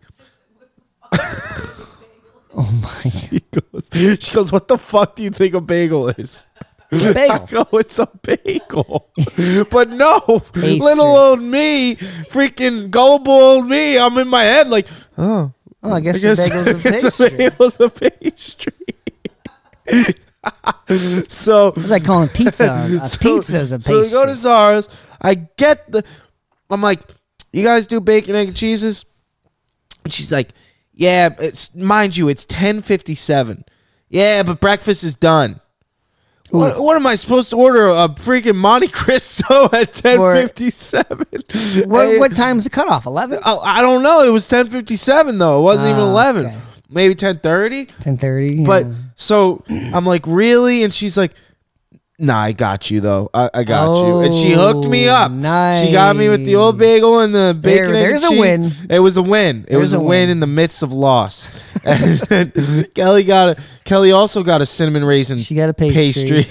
S3: [LAUGHS] [LAUGHS]
S2: Oh
S3: She goes, she goes, what the fuck do you think a bagel is?
S2: my! A
S3: I
S2: bagel.
S3: go, it's a bagel. [LAUGHS] but no, little old me, freaking gullible old me, I'm in my head like, oh,
S2: Oh, I guess,
S3: I guess
S2: the
S3: [LAUGHS]
S2: bagel's a
S3: it's
S2: pastry.
S3: bagel's a pastry. [LAUGHS] so,
S2: It's like calling
S3: [LAUGHS]
S2: pizza a- a pizza's a pastry.
S3: so we go to [LAUGHS] Zara's. I get the, I'm like, you guys do bacon, egg, and cheeses? And she's like, yeah, it's, mind you, it's 10.57. Yeah, but breakfast is done. What, what am I supposed to order? A freaking Monte Cristo [LAUGHS] at ten fifty seven?
S2: what, what time's the cutoff? Eleven.
S3: I don't know. It was ten fifty seven though. It wasn't even
S2: Ah,
S3: eleven.
S2: okay.
S3: Maybe ten thirty.
S2: Ten thirty.
S3: But so I'm like, really? And she's like, Nah, I got you though. I, I got you. And she hooked me
S2: Oh,
S3: up. She got me with the old bagel and the
S2: There-
S3: bacon.
S2: there's a
S3: and cheese.
S2: win.
S3: It was a win. It was
S2: a
S3: a win,
S2: win.
S3: in the midst of loss. [LAUGHS] and then Kelly got a Kelly also got a cinnamon raisin.
S2: She got a pastry.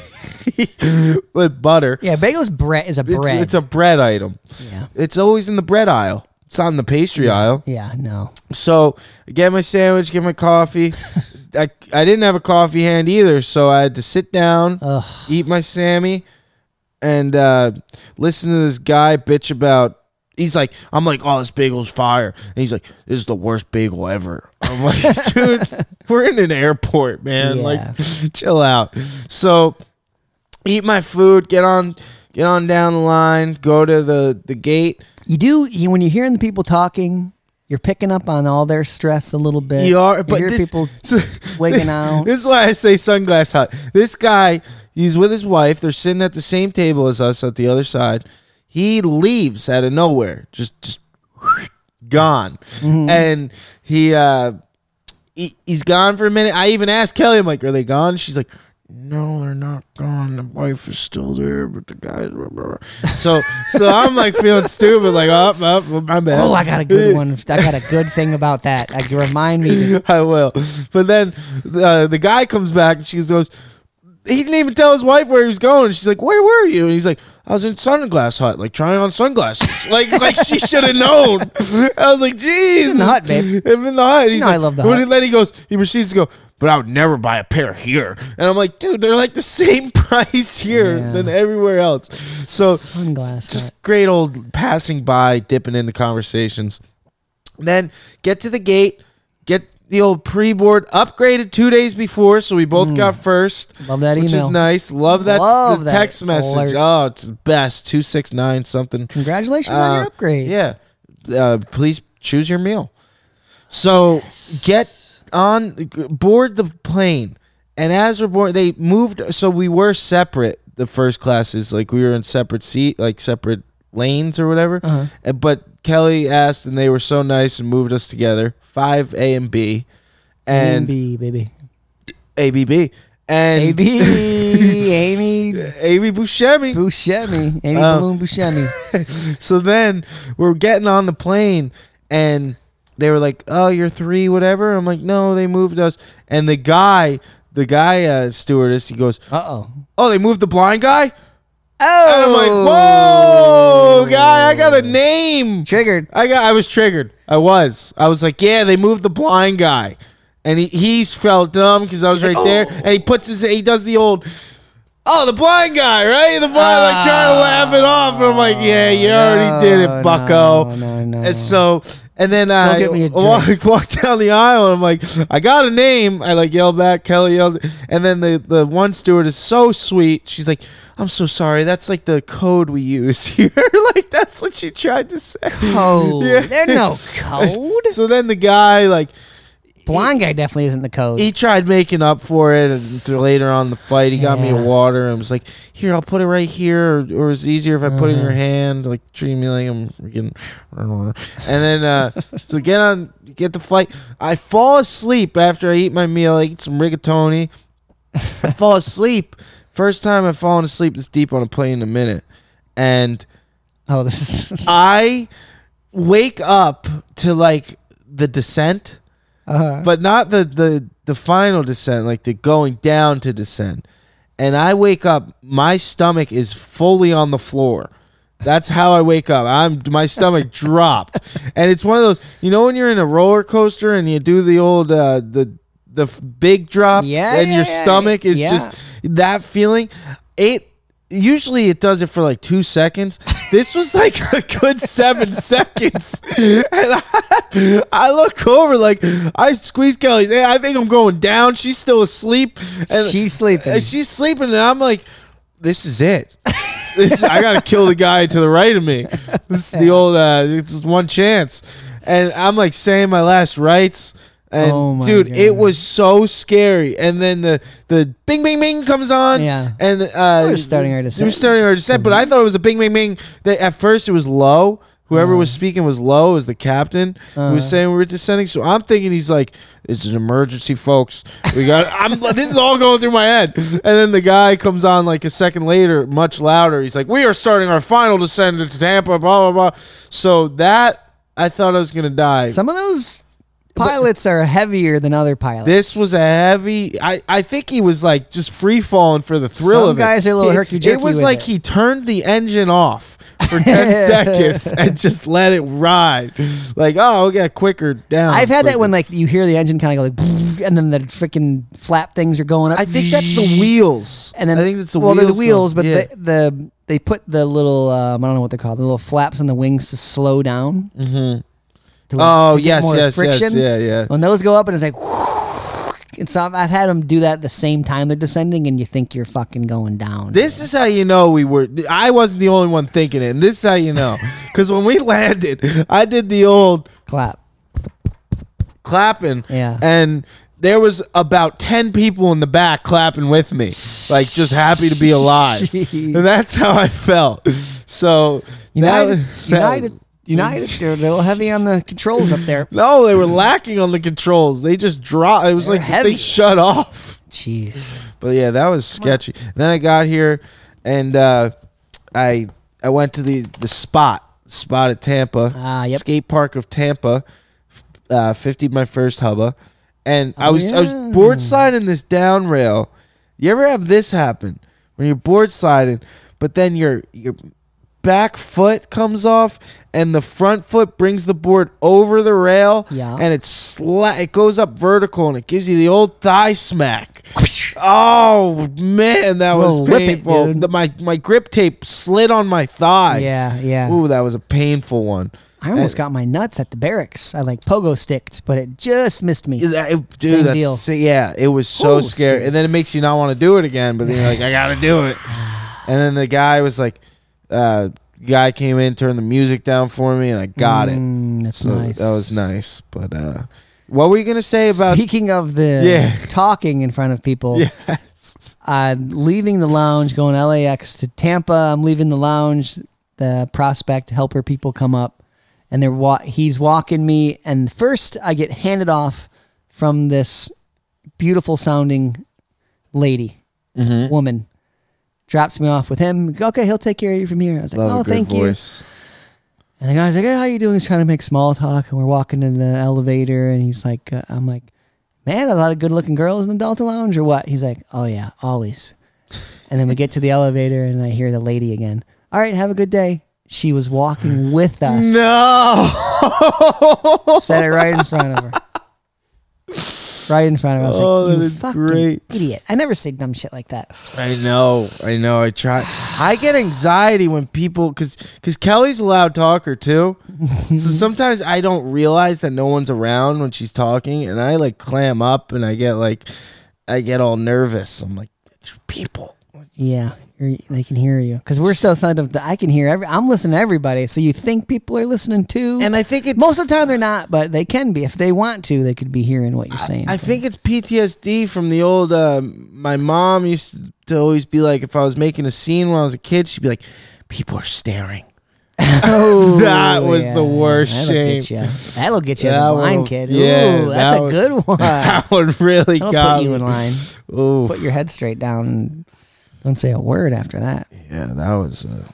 S3: pastry [LAUGHS] with butter.
S2: yeah, bagel's bread is a
S3: It's,
S2: bread.
S3: it's a bread item.
S2: yeah.
S3: It's always in the bread aisle. It's not in the pastry aisle.
S2: Yeah, no.
S3: So I get my sandwich, get my coffee.
S2: [LAUGHS]
S3: I, I didn't have a coffee hand either, so I had to sit down,
S2: Ugh.
S3: eat my Sammy, and uh, listen to this guy bitch about. He's like, I'm like, oh, this bagel's fire. And he's like, this is the worst bagel ever. I'm
S2: [LAUGHS]
S3: like, dude, we're in an airport, man.
S2: Yeah.
S3: Like, [LAUGHS] chill out. So eat my food, get on, get on down the line, go to the the gate.
S2: You do you, when you're hearing the people talking, you're picking up on all their stress a little bit.
S3: You are, E but
S2: hear
S3: this-
S2: people
S3: [LAUGHS] so-
S2: wigging out.
S3: This is why I say sunglass hut. This guy, he's with his wife. They're sitting at the same table as us at the other side. He leaves out of nowhere, just just gone,
S2: Mm-hmm.
S3: and he uh he, he's gone for a minute. I even asked Kelly, I'm like, are they gone? She's like. No, they're not gone. The wife is still there, but the guys. Blah, blah, blah." So, so I'm like feeling stupid. Like, oh, oh, my bad.
S2: Oh, I got a
S3: [LAUGHS]
S2: good one. I got a good thing about that. Like, you remind me. to-
S3: I will. But then uh, the guy comes back and she goes, he didn't even tell his wife where he was going. She's like, "Where were you?" And he's like, "I was in Sunglass Hut, like trying on sunglasses." [LAUGHS] like, like she should have known. I was like, "Jeez,
S2: In the hut, babe.
S3: I'm in the hut." He's
S2: know
S3: like,
S2: I love the
S3: when
S2: hut.
S3: he- Then he goes, he proceeds to go. but I would never buy a pair here. And I'm like, dude, they're like the same [LAUGHS] price here
S2: Yeah.
S3: than everywhere else. So
S2: Sunglass
S3: just
S2: nut.
S3: great old passing by, dipping into conversations. Then get to the gate, get the old pre-board upgraded two days before, so we both got first.
S2: Hmm. Love that
S3: which
S2: email.
S3: is nice. Love that,
S2: Love
S3: the
S2: that
S3: text message.
S2: alert. Hmm.
S3: Oh, it's the best. Two six nine something.
S2: Congratulations on your
S3: Uh,
S2: upgrade.
S3: Yeah. Uh, please choose your meal. So get on board the plane, and as we're board, they moved. So we were separate. The first classes, like we were in separate seat, like separate lanes or whatever.
S2: Uh-huh.
S3: Uh, But Kelly asked, and they were so nice and moved us together. Five A and B, and
S2: B, baby.
S3: ABB and
S2: [LAUGHS] AB,
S3: [LAUGHS]
S2: Amy
S3: Amy Buscemi.
S2: Buscemi, Amy
S3: Um,
S2: Balloon Buscemi.
S3: so then we're getting on the plane and they were like oh you're three whatever i'm like no they moved us and the guy the guy uh, stewardess he goes
S2: Uh oh.
S3: oh they moved the blind guy and i'm
S2: Oh,
S3: like whoa guy i got a name
S2: Triggered.
S3: i got i was triggered i was i was like yeah they moved the blind guy and he, he felt dumb because I was right there,
S2: Oh.
S3: and he puts his he does the old, oh the blind guy right the blind like trying to laugh it off, and I'm like yeah you already
S2: Ah,
S3: did
S2: No,
S3: it bucko,
S2: no, no, no.
S3: and so, and then I
S2: Oh. get me a
S3: [LAUGHS] walk, walk down the aisle and I'm like, I got a name. I like yell back, Kelly yells. And then the, the one steward is so sweet. She's like, I'm so sorry. That's like the code we use [LAUGHS] here. like, that's what she tried to say.
S2: Code.
S3: Yeah.
S2: There's no
S3: [LAUGHS]
S2: code.
S3: So then the guy, like,
S2: Blind guy definitely isn't the code.
S3: he tried making up for it. And th- later on in the fight, he got me a
S2: Yeah.
S3: water and was like, Here, I'll put it right here. Or, or it's easier if I put it in your hand. Like, treat me like I'm freaking. And then, uh, so get on, get the flight. I fall asleep after I eat my meal. I eat some rigatoni. I fall asleep. First time I've fallen asleep this deep on a plane in a minute. And.
S2: oh, this is. [LAUGHS]
S3: I wake up to like the descent,
S2: uh,
S3: but not the, the the final descent, like the going down to descent. And I wake up, my stomach is fully on the floor. That's how I wake up. I'm
S2: [LAUGHS]
S3: my stomach dropped, and it's one of those. You know when you're in a roller coaster and you do the old uh, the the f- big drop,
S2: Yeah,
S3: and
S2: yeah,
S3: your
S2: yeah,
S3: stomach is
S2: yeah.
S3: just that feeling. It usually it does it for like two seconds. This was like a
S2: [LAUGHS]
S3: good seven seconds, and I, I look over like I squeeze Kelly's. Hey, I think I'm going down. She's still asleep. And
S2: She's sleeping.
S3: and she's sleeping, and I'm like, this
S2: [LAUGHS]
S3: is it. this I gotta kill the guy to the right of me. This is the old. Uh, it's just one chance, and I'm like saying my last rites. And
S2: Oh my
S3: dude, it
S2: God.
S3: was so scary. And then the the bing bing bing comes on.
S2: Yeah.
S3: And uh,
S2: We were starting our
S3: We were
S2: descent.
S3: starting our descent, but I thought it was a bing bing bing. That at first it was low. Whoever was speaking was low. It was the captain who was saying we were descending. So I'm thinking he's like, "It's an emergency, folks. We got." I'm. this is all going through my head. And then the guy comes on like a second later, much louder. He's like, "We are starting our final descent into Tampa." Blah blah blah. So that I thought I was gonna die.
S2: Some of those pilots are heavier than other pilots.
S3: This was a heavy. I, I think he was like just free falling for the thrill
S2: Some
S3: of it.
S2: guys are a little
S3: He-
S2: herky-jerky
S3: It was
S2: with
S3: like
S2: it.
S3: he turned the engine off
S2: [LAUGHS]
S3: for ten seconds and just let it ride. Like oh, yeah, quicker down.
S2: I've had that
S3: quicker.
S2: when like you hear the engine kind of go like, [LAUGHS] and then the freaking flap things are going up.
S3: I think that's the wheels.
S2: and then
S3: I think that's the
S2: well,
S3: wheels.
S2: they're the wheels,
S3: going-
S2: but
S3: yeah.
S2: the, the they put the little um, I don't know what they're called, the little flaps on the wings to slow down. Mm-hmm. To,
S3: oh
S2: to get
S3: yes,
S2: more
S3: yes, yes,
S2: friction.
S3: yeah, yeah.
S2: When those go up and it's like, [LAUGHS] and so I've, I've had them do that at the same time they're descending, and you think you're fucking going down.
S3: This is how you know we were. I wasn't the only one thinking it. And this is how you know, [LAUGHS] because when we landed, I did the old.
S2: clap.
S3: clapping.
S2: Yeah.
S3: And there was about 10 people in the back clapping with me, like just
S2: [LAUGHS]
S3: happy to be alive.
S2: Jeez.
S3: And that's how I felt. So, [LAUGHS] that
S2: United,
S3: was- that
S2: United,
S3: was-
S2: [LAUGHS] United, they're a little heavy on the controls up
S3: [LAUGHS]
S2: there.
S3: No, they were lacking on the controls. They just dropped. It was
S2: They were
S3: like they
S2: heavy.
S3: shut off.
S2: Jeez.
S3: [LAUGHS] But yeah, that was sketchy. Then I got here and uh, I I went to the, the spot, spot at Tampa,
S2: Ah, yep.
S3: skate park of Tampa, f- uh, 50 my first hubba. And I
S2: Oh,
S3: was
S2: yeah.
S3: I was board sliding this down rail. You ever have this happen when you're board sliding, but then your your back foot comes off and the front foot brings the board over the rail
S2: Yeah.
S3: and it's sla- it goes up vertical and it gives you the old thigh smack. Oh man, that was
S2: Little whip it,
S3: painful.
S2: dude.
S3: The- my my grip tape slid on my thigh.
S2: Yeah, yeah.
S3: Ooh, that was a painful one.
S2: I almost got my nuts at the barracks. I like pogo sticked, but it just missed me.
S3: That, it- dude,
S2: Same
S3: that's,
S2: deal.
S3: si- yeah, it was so
S2: Ooh,
S3: scary.
S2: scary.
S3: And then it makes you not want to do it again, but then you're like, I got to
S2: [SIGHS]
S3: do it. And then the guy was like, uh, guy came in, turned the music down for me, and I got
S2: Mm,
S3: it.
S2: that's
S3: So
S2: nice.
S3: That was nice. But uh, what were you going to say about.
S2: Speaking of the
S3: Yeah.
S2: talking in front of people,
S3: [LAUGHS] Yes.
S2: I'm leaving the lounge, going LAX to Tampa. I'm leaving the lounge. The prospect helper people come up, and they're wa- he's walking me. And first, I get handed off from this beautiful sounding lady,
S3: Mm-hmm.
S2: woman, drops me off with him. Okay, he'll take care of you from here. I was like,
S3: Love a
S2: oh,
S3: good
S2: thank you.
S3: voice.
S2: And the guy's like, hey, how you doing? He's trying to make small talk. And we're walking in the elevator. And he's like, uh, I'm like, man, a lot of good looking girls in the Delta Lounge or what? He's like, oh, yeah, always. And then we get to the elevator and I hear the lady again. All right, have a good day. She was walking with us.
S3: [LAUGHS] No!
S2: Said it right in front of her. Right in front of us.
S3: Oh,
S2: like,
S3: that
S2: you
S3: is
S2: fucking
S3: great.
S2: idiot. I never say dumb shit like that.
S3: I know, I know. I try. I get anxiety when people, cause, cause Kelly's a loud
S2: [LAUGHS]
S3: talker too. so sometimes I don't realize that no one's around when she's talking, and I like clam up, and I get like, I get all nervous. I'm like, "There's people.
S2: Yeah, you're, they can hear you because we're so thought of. I can hear every. I'm listening to everybody, so you think people are listening too.
S3: And I think it's-
S2: most of the time they're not, but they can be if they want to. They could be hearing what you're saying.
S3: I think it's PTSD from the old. Uh, my mom used to always be like, if I was making a scene when I was a kid, she'd be like, people are staring. [LAUGHS]
S2: Oh,
S3: that was the worst
S2: that'll
S3: shame.
S2: Get you. That'll get you
S3: That
S2: as a blind
S3: will-
S2: kid.
S3: yeah,
S2: Ooh, that's
S3: that Um,
S2: a
S3: would-
S2: good [LAUGHS]
S3: [LAUGHS]
S2: one. That'll
S3: That one really got
S2: put you
S3: me.
S2: in line.
S3: Ooh.
S2: Put your head straight down. and Don't say a word after that.
S3: Yeah, that was. Uh,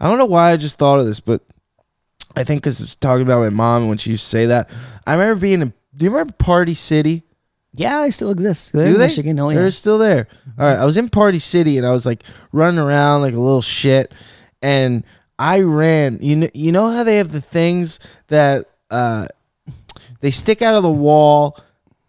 S3: I don't know why I just thought of this, but I think because it's talking about my mom when she used to say that. I remember being in. Do you remember Party City?
S2: Yeah, I still exist. They're in
S3: Do they?
S2: Michigan. Oh, yeah.
S3: They're still there. All right, I was in Party City and I was like running around like a little shit, and I ran. You know, you know how they have the things that uh, they stick out of the wall.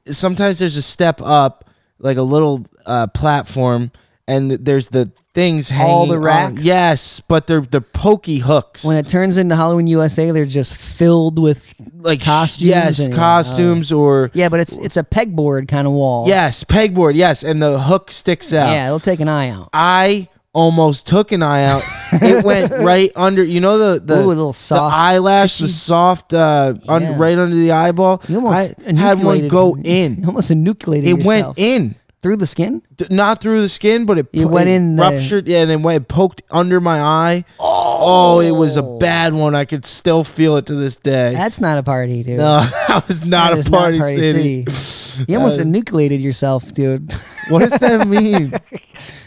S3: Sometimes there's a step up, like a little uh, platform, and there's the things hanging.
S2: All the
S3: on-
S2: racks?
S3: Yes, but they're the pokey hooks
S2: when it turns into Halloween USA, they're just filled with
S3: like sh-
S2: costumes
S3: Yes,
S2: and- oh,
S3: costumes or
S2: Yeah, but it's it's a pegboard kind of wall.
S3: yes, pegboard. Yes, and the hook sticks out.
S2: Yeah, it'll take an eye out.
S3: I almost took an eye out.
S2: [LAUGHS]
S3: it went right under. You know the the,
S2: Ooh, a little soft.
S3: the eyelash, the soft uh, un-
S2: Yeah.
S3: right under the eyeball.
S2: You almost
S3: I had one
S2: enucleated-
S3: go
S2: You [LAUGHS]
S3: in.
S2: almost enucleated
S3: It
S2: yourself.
S3: went in,
S2: through the skin.
S3: D- not through the skin, but it,
S2: It
S3: pu-
S2: went in the-
S3: ruptured. Yeah, and it went it poked under my eye. Oh. it was a bad one. I could still feel it to this day.
S2: That's not a party, dude.
S3: [LAUGHS] no, [LAUGHS] that was not
S2: That
S3: a
S2: is
S3: party, city. [LAUGHS]
S2: city. You almost enucleated yourself, dude. [LAUGHS]
S3: What does that mean?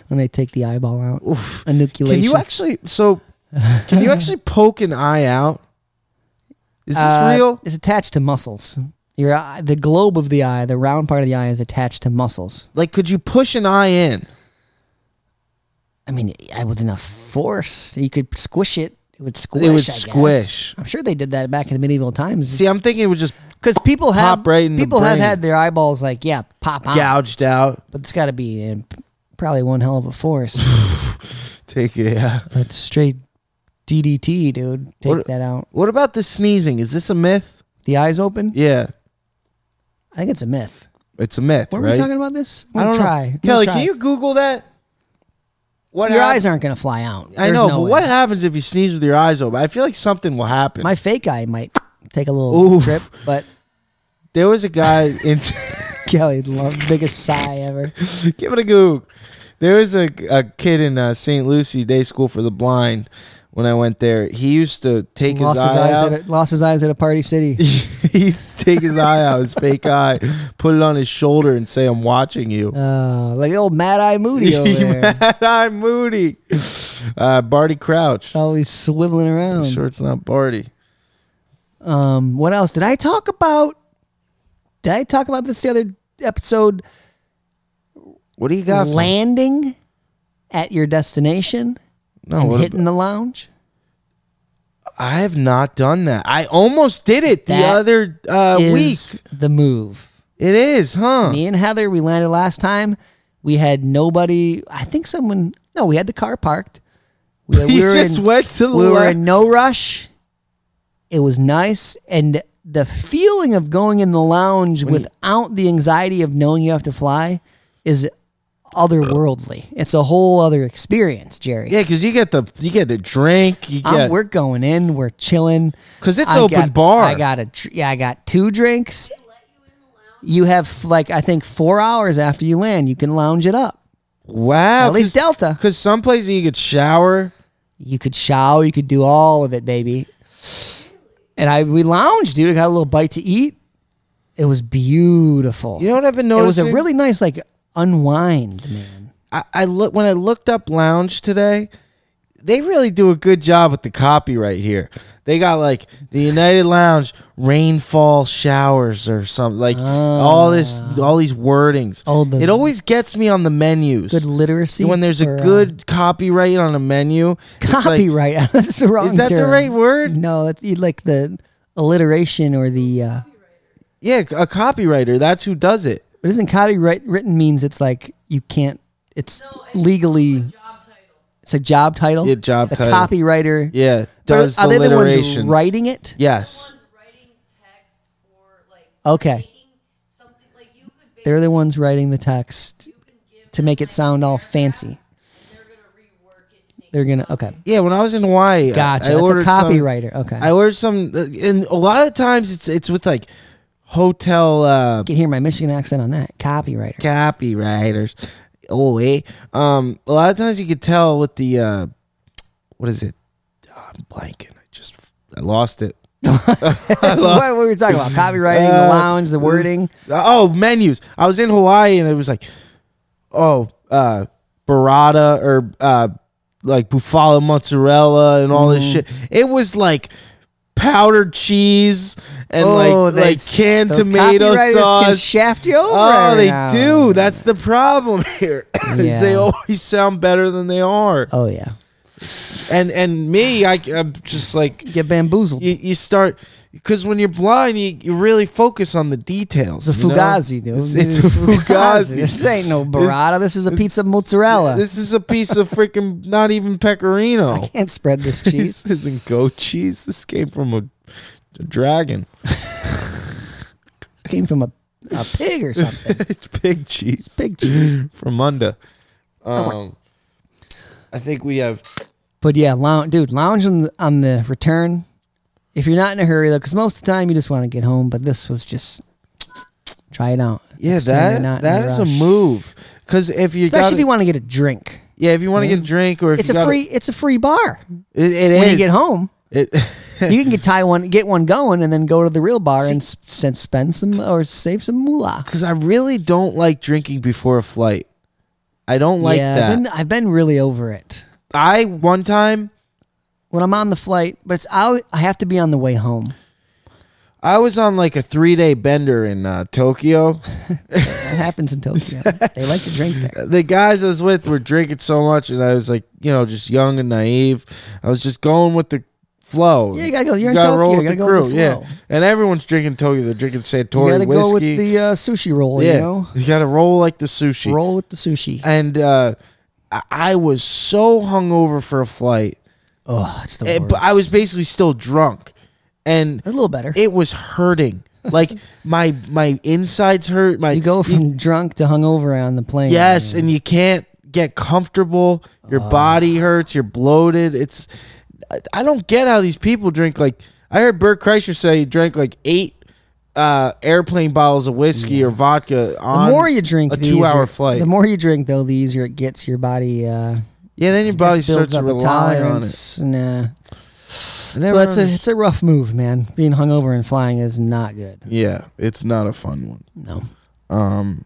S2: when they take the eyeball out, enucleation.
S3: Can you actually? So, can
S2: [LAUGHS]
S3: you actually poke an eye out? Is this
S2: Uh,
S3: real?
S2: It's attached to muscles. Your eye, the globe of the eye, the round part of the eye, is attached to muscles.
S3: Like, could you push an eye in?
S2: I mean, I with enough force, you could squish it. It would squish.
S3: would
S2: I guess.
S3: squish.
S2: I'm sure they did that back in the medieval times.
S3: See, I'm thinking it would just
S2: because people have
S3: Pop right in the
S2: people have
S3: brain.
S2: had their eyeballs like yeah pop out,
S3: gouged out.
S2: but it's got to be uh, probably one hell of a
S3: [SIGHS]
S2: force.
S3: Take it. Yeah.
S2: but straight DDT, dude, take
S3: What-
S2: that out.
S3: What about the sneezing? Is this a myth?
S2: The eyes open.
S3: Yeah,
S2: I think it's a myth.
S3: it's a myth.
S2: Were
S3: right?
S2: we talking about this? I'm
S3: I
S2: gonna
S3: don't
S2: try.
S3: know.
S2: I'm gonna
S3: Kelly,
S2: try.
S3: can you Google that? What
S2: Your
S3: hap-
S2: eyes aren't gonna fly out.
S3: I
S2: There's
S3: know,
S2: no
S3: but
S2: way.
S3: what happens if you sneeze with your eyes open? I feel like something will happen.
S2: My fake eye might take a little
S3: Oof.
S2: trip, but
S3: there was a guy in.
S2: [LAUGHS] Kelly, [LAUGHS] love, biggest sigh ever.
S3: Give it a goog. There was a, a kid in uh, St. Lucie Day School for the Blind when I went there. He used to take his
S2: Lost
S3: eye
S2: his eyes
S3: out.
S2: at a, lost his eyes at a party city.
S3: [LAUGHS] he used to take his eye out, his fake eye, put it on his shoulder, and say, "I'm watching you."
S2: [LAUGHS] Uh, like old Mad Eye [LAUGHS] Moody over there,
S3: [LAUGHS] Mad Eye Moody, uh, Barty Crouch.
S2: always swiveling around.
S3: sure, it's not Barty.
S2: Um, what else did I talk about? Did I talk about this the other episode?
S3: What do you got? for-
S2: landing at your destination
S3: no,
S2: and
S3: what ab-
S2: Oh, hitting the lounge.
S3: I have not done that. I almost did it the
S2: That
S3: other uh, week.
S2: is the move.
S3: It is, huh?
S2: Me and Heather, we landed last time. We had nobody. I think someone. No, we had the car parked. We, we
S3: [LAUGHS] You just went to the
S2: We were
S3: left.
S2: in no rush. It was nice, and the feeling of going in the lounge without the anxiety of knowing you have to fly is otherworldly. It's a whole other experience, Jerry.
S3: Yeah, because you get the you get the drink. You
S2: Um,
S3: get
S2: we're going in. We're chilling.
S3: 'Cause it's
S2: I
S3: open
S2: got-
S3: bar.
S2: I got a tr- yeah. I got two drinks. You have like I think four hours after you land, you can lounge it up.
S3: wow.
S2: at least Delta.
S3: Because some places you could shower.
S2: You could shower. You could do all of it, baby. And I we lounged, dude. I got a little bite to eat. It was beautiful.
S3: You know what I've been
S2: It was a
S3: noticing?
S2: really nice like unwind, man.
S3: I, I look when I looked up lounge today. They really do a good job with the copyright here. They got like the United Lounge rainfall showers or something like all this all these wordings.
S2: Oh, Ah. the-
S3: it always gets me on the menus.
S2: Good literacy.
S3: when there's
S2: for,
S3: a
S2: uh, [LAUGHS]
S3: good copyright on a menu. it's like-
S2: copyright. [LAUGHS] that's the wrong.
S3: is that the
S2: term.
S3: right word?
S2: No, that's you like the alliteration or the. Uh,
S3: Yeah, a copywriter. That's who does it.
S2: But isn't copyright written means it's like you can't? It's legally. It's a job title.
S3: Yeah, job
S2: the
S3: title.
S2: copywriter.
S3: Yeah,
S2: But
S3: does
S2: are
S3: the
S2: they the ones
S3: alliterations.
S2: writing it?
S3: Yes.
S4: writing text for like
S2: Okay,
S4: making something like you could
S2: they're the ones writing the text to make it sound all fancy. They're gonna okay.
S3: Yeah, when I was in Hawaii, I-
S2: Gotcha.
S3: I
S2: That's
S3: ordered
S2: a
S3: some-
S2: copywriter. okay,
S3: I
S2: I
S3: ordered some, uh, and a lot of times it's it's with like hotel uh,
S2: can hear my Michigan accent on that. Copywriter.
S3: copywriters. Oh wait, um, a lot of times you could tell with the uh, what is it? Oh, I'm blanking. I just I lost it.
S2: [LAUGHS] what were we talking about? Copywriting, the lounge, the
S3: [LAUGHS]
S2: wording.
S3: Oh, menus. I was in Hawaii and it was like, oh, uh, burrata or uh, like bufala mozzarella and all
S2: Mm.
S3: this shit. It was like powdered cheese and like like
S2: Oh, that's-
S3: canned
S2: those
S3: tomato
S2: copywriters Can
S3: sauce.
S2: shaft you over.
S3: Oh,
S2: every
S3: they
S2: now and
S3: do. That's the problem here. [LAUGHS] is They
S2: Yeah.
S3: always sound better than they are.
S2: Oh yeah,
S3: And and me, I, I'm just like
S2: get bamboozled.
S3: you, you start because when you're blind, you, you really focus on the details.
S2: It's a
S3: you know?
S2: fugazi, dude.
S3: It's, [LAUGHS]
S2: [LAUGHS]
S3: it's a fugazi. [LAUGHS]
S2: This ain't no burrata. This is a pizza of mozzarella.
S3: This is a piece of freaking not even pecorino.
S2: Can't spread this cheese.
S3: [LAUGHS] This isn't goat cheese. This came from a, a dragon.
S2: It came from a, a pig or something.
S3: [LAUGHS] it's pig [LAUGHS] cheese.
S2: Pig cheese.
S3: from under. Um, I think we have.
S2: But yeah, lounge, dude, lounge on the, on the return. If you're not in a hurry though, because most of the time you just want to get home. But this was just try it out.
S3: Yeah,
S2: Next time you're
S3: that
S2: not in
S3: that is a
S2: rush.
S3: move. Because if you
S2: Especially
S3: gotta-
S2: if you want to get a drink.
S3: yeah, if you want to get a drink or if
S2: It's
S3: you
S2: a
S3: gotta-
S2: free. It's a free bar
S3: it, it
S2: when you
S3: is.
S2: get home.
S3: It,
S2: You can get tie one, get one going, and then go to the real bar and s- sen- spend some or save some moolah.
S3: because I really don't like drinking before a flight. I don't like
S2: yeah,
S3: that.
S2: I've been, I've been really over it.
S3: I one time
S2: when I'm on the flight, but it's I I have to be on the way home.
S3: I was on like a three day bender in uh, Tokyo.
S2: That happens in
S3: [LAUGHS]
S2: Tokyo. they like to drink there.
S3: The guys I was with were drinking so much, and I was like, you know, just young and naive. I was just going with the flow.
S2: Yeah, you gotta go. You're in Tokyo,
S3: roll
S2: you
S3: with
S2: gotta
S3: the
S2: go with
S3: crew.
S2: the
S3: Yeah,
S2: flow.
S3: and everyone's drinking Tokyo. They're drinking
S2: You
S3: Santori
S2: gotta
S3: whiskey.
S2: go with the uh, sushi roll.
S3: yeah,
S2: You know,
S3: you gotta roll like the sushi.
S2: roll with the sushi.
S3: And uh, I- I was so hungover for a flight,
S2: Oh, it's the
S3: eh,
S2: worst.
S3: but I was basically still drunk, and
S2: a little better.
S3: it was hurting.
S2: [LAUGHS]
S3: Like my my insides hurt. My
S2: you go from drunk to hungover on the plane.
S3: Yes, and you can't get comfortable. Your
S2: Ah.
S3: body hurts. You're bloated. It's I- I don't get how these people drink. Like I heard Bert Kreischer say, he drank like eight uh, airplane bottles of whiskey or vodka
S2: The
S3: on
S2: more you drink,
S3: a
S2: the
S3: two-hour
S2: easier-
S3: flight.
S2: The more you drink, though, the easier it gets. Your body uh,
S3: yeah, then your body
S2: just builds
S3: starts to
S2: up a
S3: rely on it.
S2: tolerance. Nah,
S3: I never
S2: well, it's a
S3: understood-
S2: it's a rough move, man. Being hungover and flying is not good.
S3: yeah, it's not a fun one.
S2: No.
S3: Um,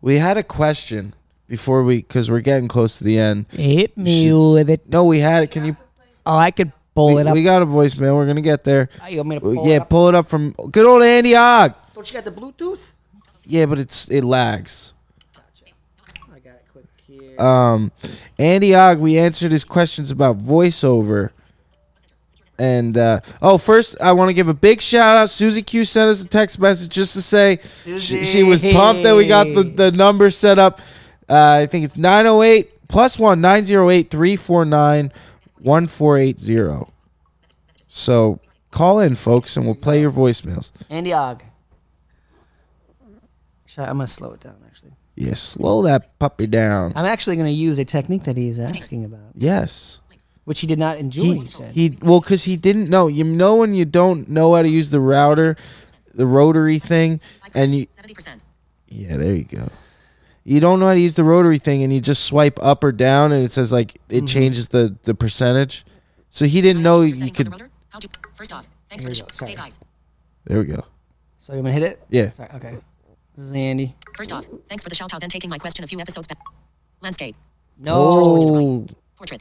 S3: we had a question before we because we're getting close to the end.
S2: Hit me with it.
S3: No, we had it. Can you?
S2: Oh, I could pull
S3: We,
S2: it up.
S3: we got a voicemail. We're gonna get there.
S2: Oh, you want me to
S3: Well,
S2: pull it
S3: yeah,
S2: up?
S3: pull it up from good old Andy Ogg.
S2: Don't you got the Bluetooth?
S3: Yeah, but it's it lags.
S2: I got it quick here.
S3: Um, Andy Ogg, we answered his questions about voiceover. And uh, oh, first I want to give a big shout out. Susie Q sent us a text message just to say she, she was pumped that we got the, the number set up. Uh, I think it's 908 plus 1 908 349 1480. So call in, folks, and we'll play your voicemails.
S2: Andy Og. Should I, I'm gonna slow it down. Actually,
S3: Yeah, slow that puppy down.
S2: I'm actually gonna use a technique that he's asking about,
S3: Yes.
S2: which he did not enjoy.
S3: He,
S2: He, said.
S3: he well, because he didn't know. You know when you don't know how to use the router, the rotary thing, and you
S5: Seventy percent.
S3: Yeah, there you go. You don't know how to use the rotary thing, and you just swipe up or down, and it says like it changes the the percentage. So he didn't know you could.
S5: How to? First off, thanks
S2: Here
S5: for
S2: we
S5: the
S2: go,
S5: sh-
S2: sorry.
S5: Hey guys.
S3: There we go.
S2: so you want to hit it?
S3: Yeah.
S2: Sorry. Okay. This is Andy.
S5: First off, thanks for the shout out and taking my question a few episodes back. Landscape.
S2: No.
S3: Oh,
S5: Portrait.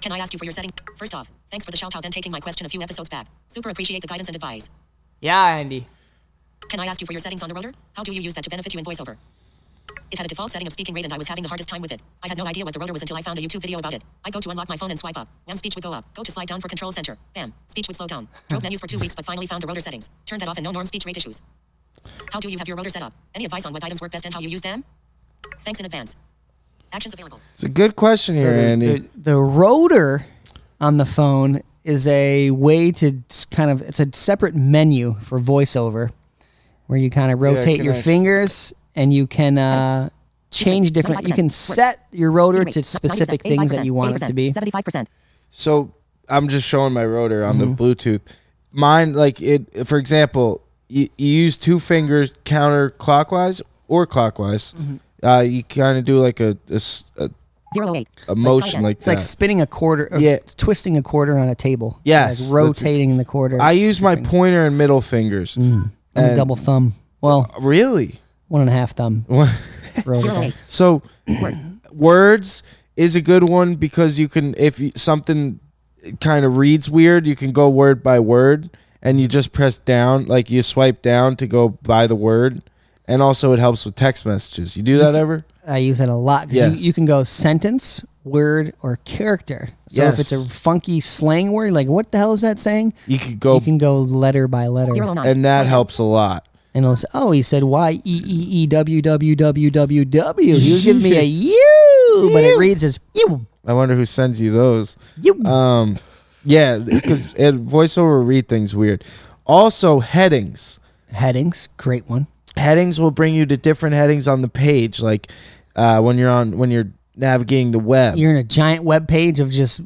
S5: Can I ask you for your setting? First off, thanks for the shout out and taking my question a few episodes back. Super appreciate the guidance and advice.
S2: Yeah, Andy.
S5: Can I ask you for your settings on the rotor? How do you use that to benefit you in voiceover? It had a default setting of speaking rate and I was having the hardest time with it. I had no idea what the rotor was until I found a YouTube video about it. I go to unlock my phone and swipe up. Now speech would go up. Go to slide down for control center. Bam. Speech would slow down. Drove menus for two weeks but finally found the rotor settings. Turned that off and no norm speech rate issues. How do you have your rotor set up? Any advice on what items work best and how you use them? Thanks in advance. Actions available.
S3: it's a good question
S2: So
S3: here,
S2: the,
S3: Andy.
S2: The, the rotor on the phone is a way to s- kind of it's a separate menu for voiceover where you kind of rotate your
S3: connect.
S2: fingers and you can uh, change different you can
S5: 25%.
S2: set your rotor to specific things that you want it to be
S5: 75%.
S3: So I'm just showing my rotor on
S2: Mm-hmm.
S3: the Bluetooth. Mine, like it, for example, you, you use two fingers counterclockwise or clockwise.
S2: Mm-hmm.
S3: Uh, you kind of do like a, a s- a-
S5: 008.
S3: a motion like
S2: it's like
S3: that.
S2: spinning a quarter or
S3: Yeah.
S2: twisting a quarter on a table
S3: Yes, that's-
S2: like rotating the quarter
S3: I use my pointer and middle fingers.
S2: and a
S3: and-
S2: double thumb well
S3: Really?
S2: one and a half thumb [LAUGHS] rotor thumb.
S5: 008.
S3: So words is a good one because you can if you, something kind of reads weird, you can go word by word and you just press down like you swipe down to go by the word. And also it helps with text messages. You do that ever?
S2: I use it a lot because
S3: Yes.
S2: you, you can go sentence, word, or character. So if it's
S3: Yes.
S2: a funky slang word, like what the hell is that saying?
S3: You could go
S2: You can go letter by letter,
S5: 009.
S3: and that helps a lot.
S2: and it'll say, "Oh, he said y e e e w w w w w." He was giving
S3: [LAUGHS]
S2: me a you, but it reads as you,
S3: I wonder who sends you those.
S2: you.
S3: Um, yeah, because voiceover read things weird. Also headings.
S2: Headings, great one.
S3: headings will bring you to different headings on the page like uh, when you're on when you're navigating the web
S2: You're in a giant web page of just,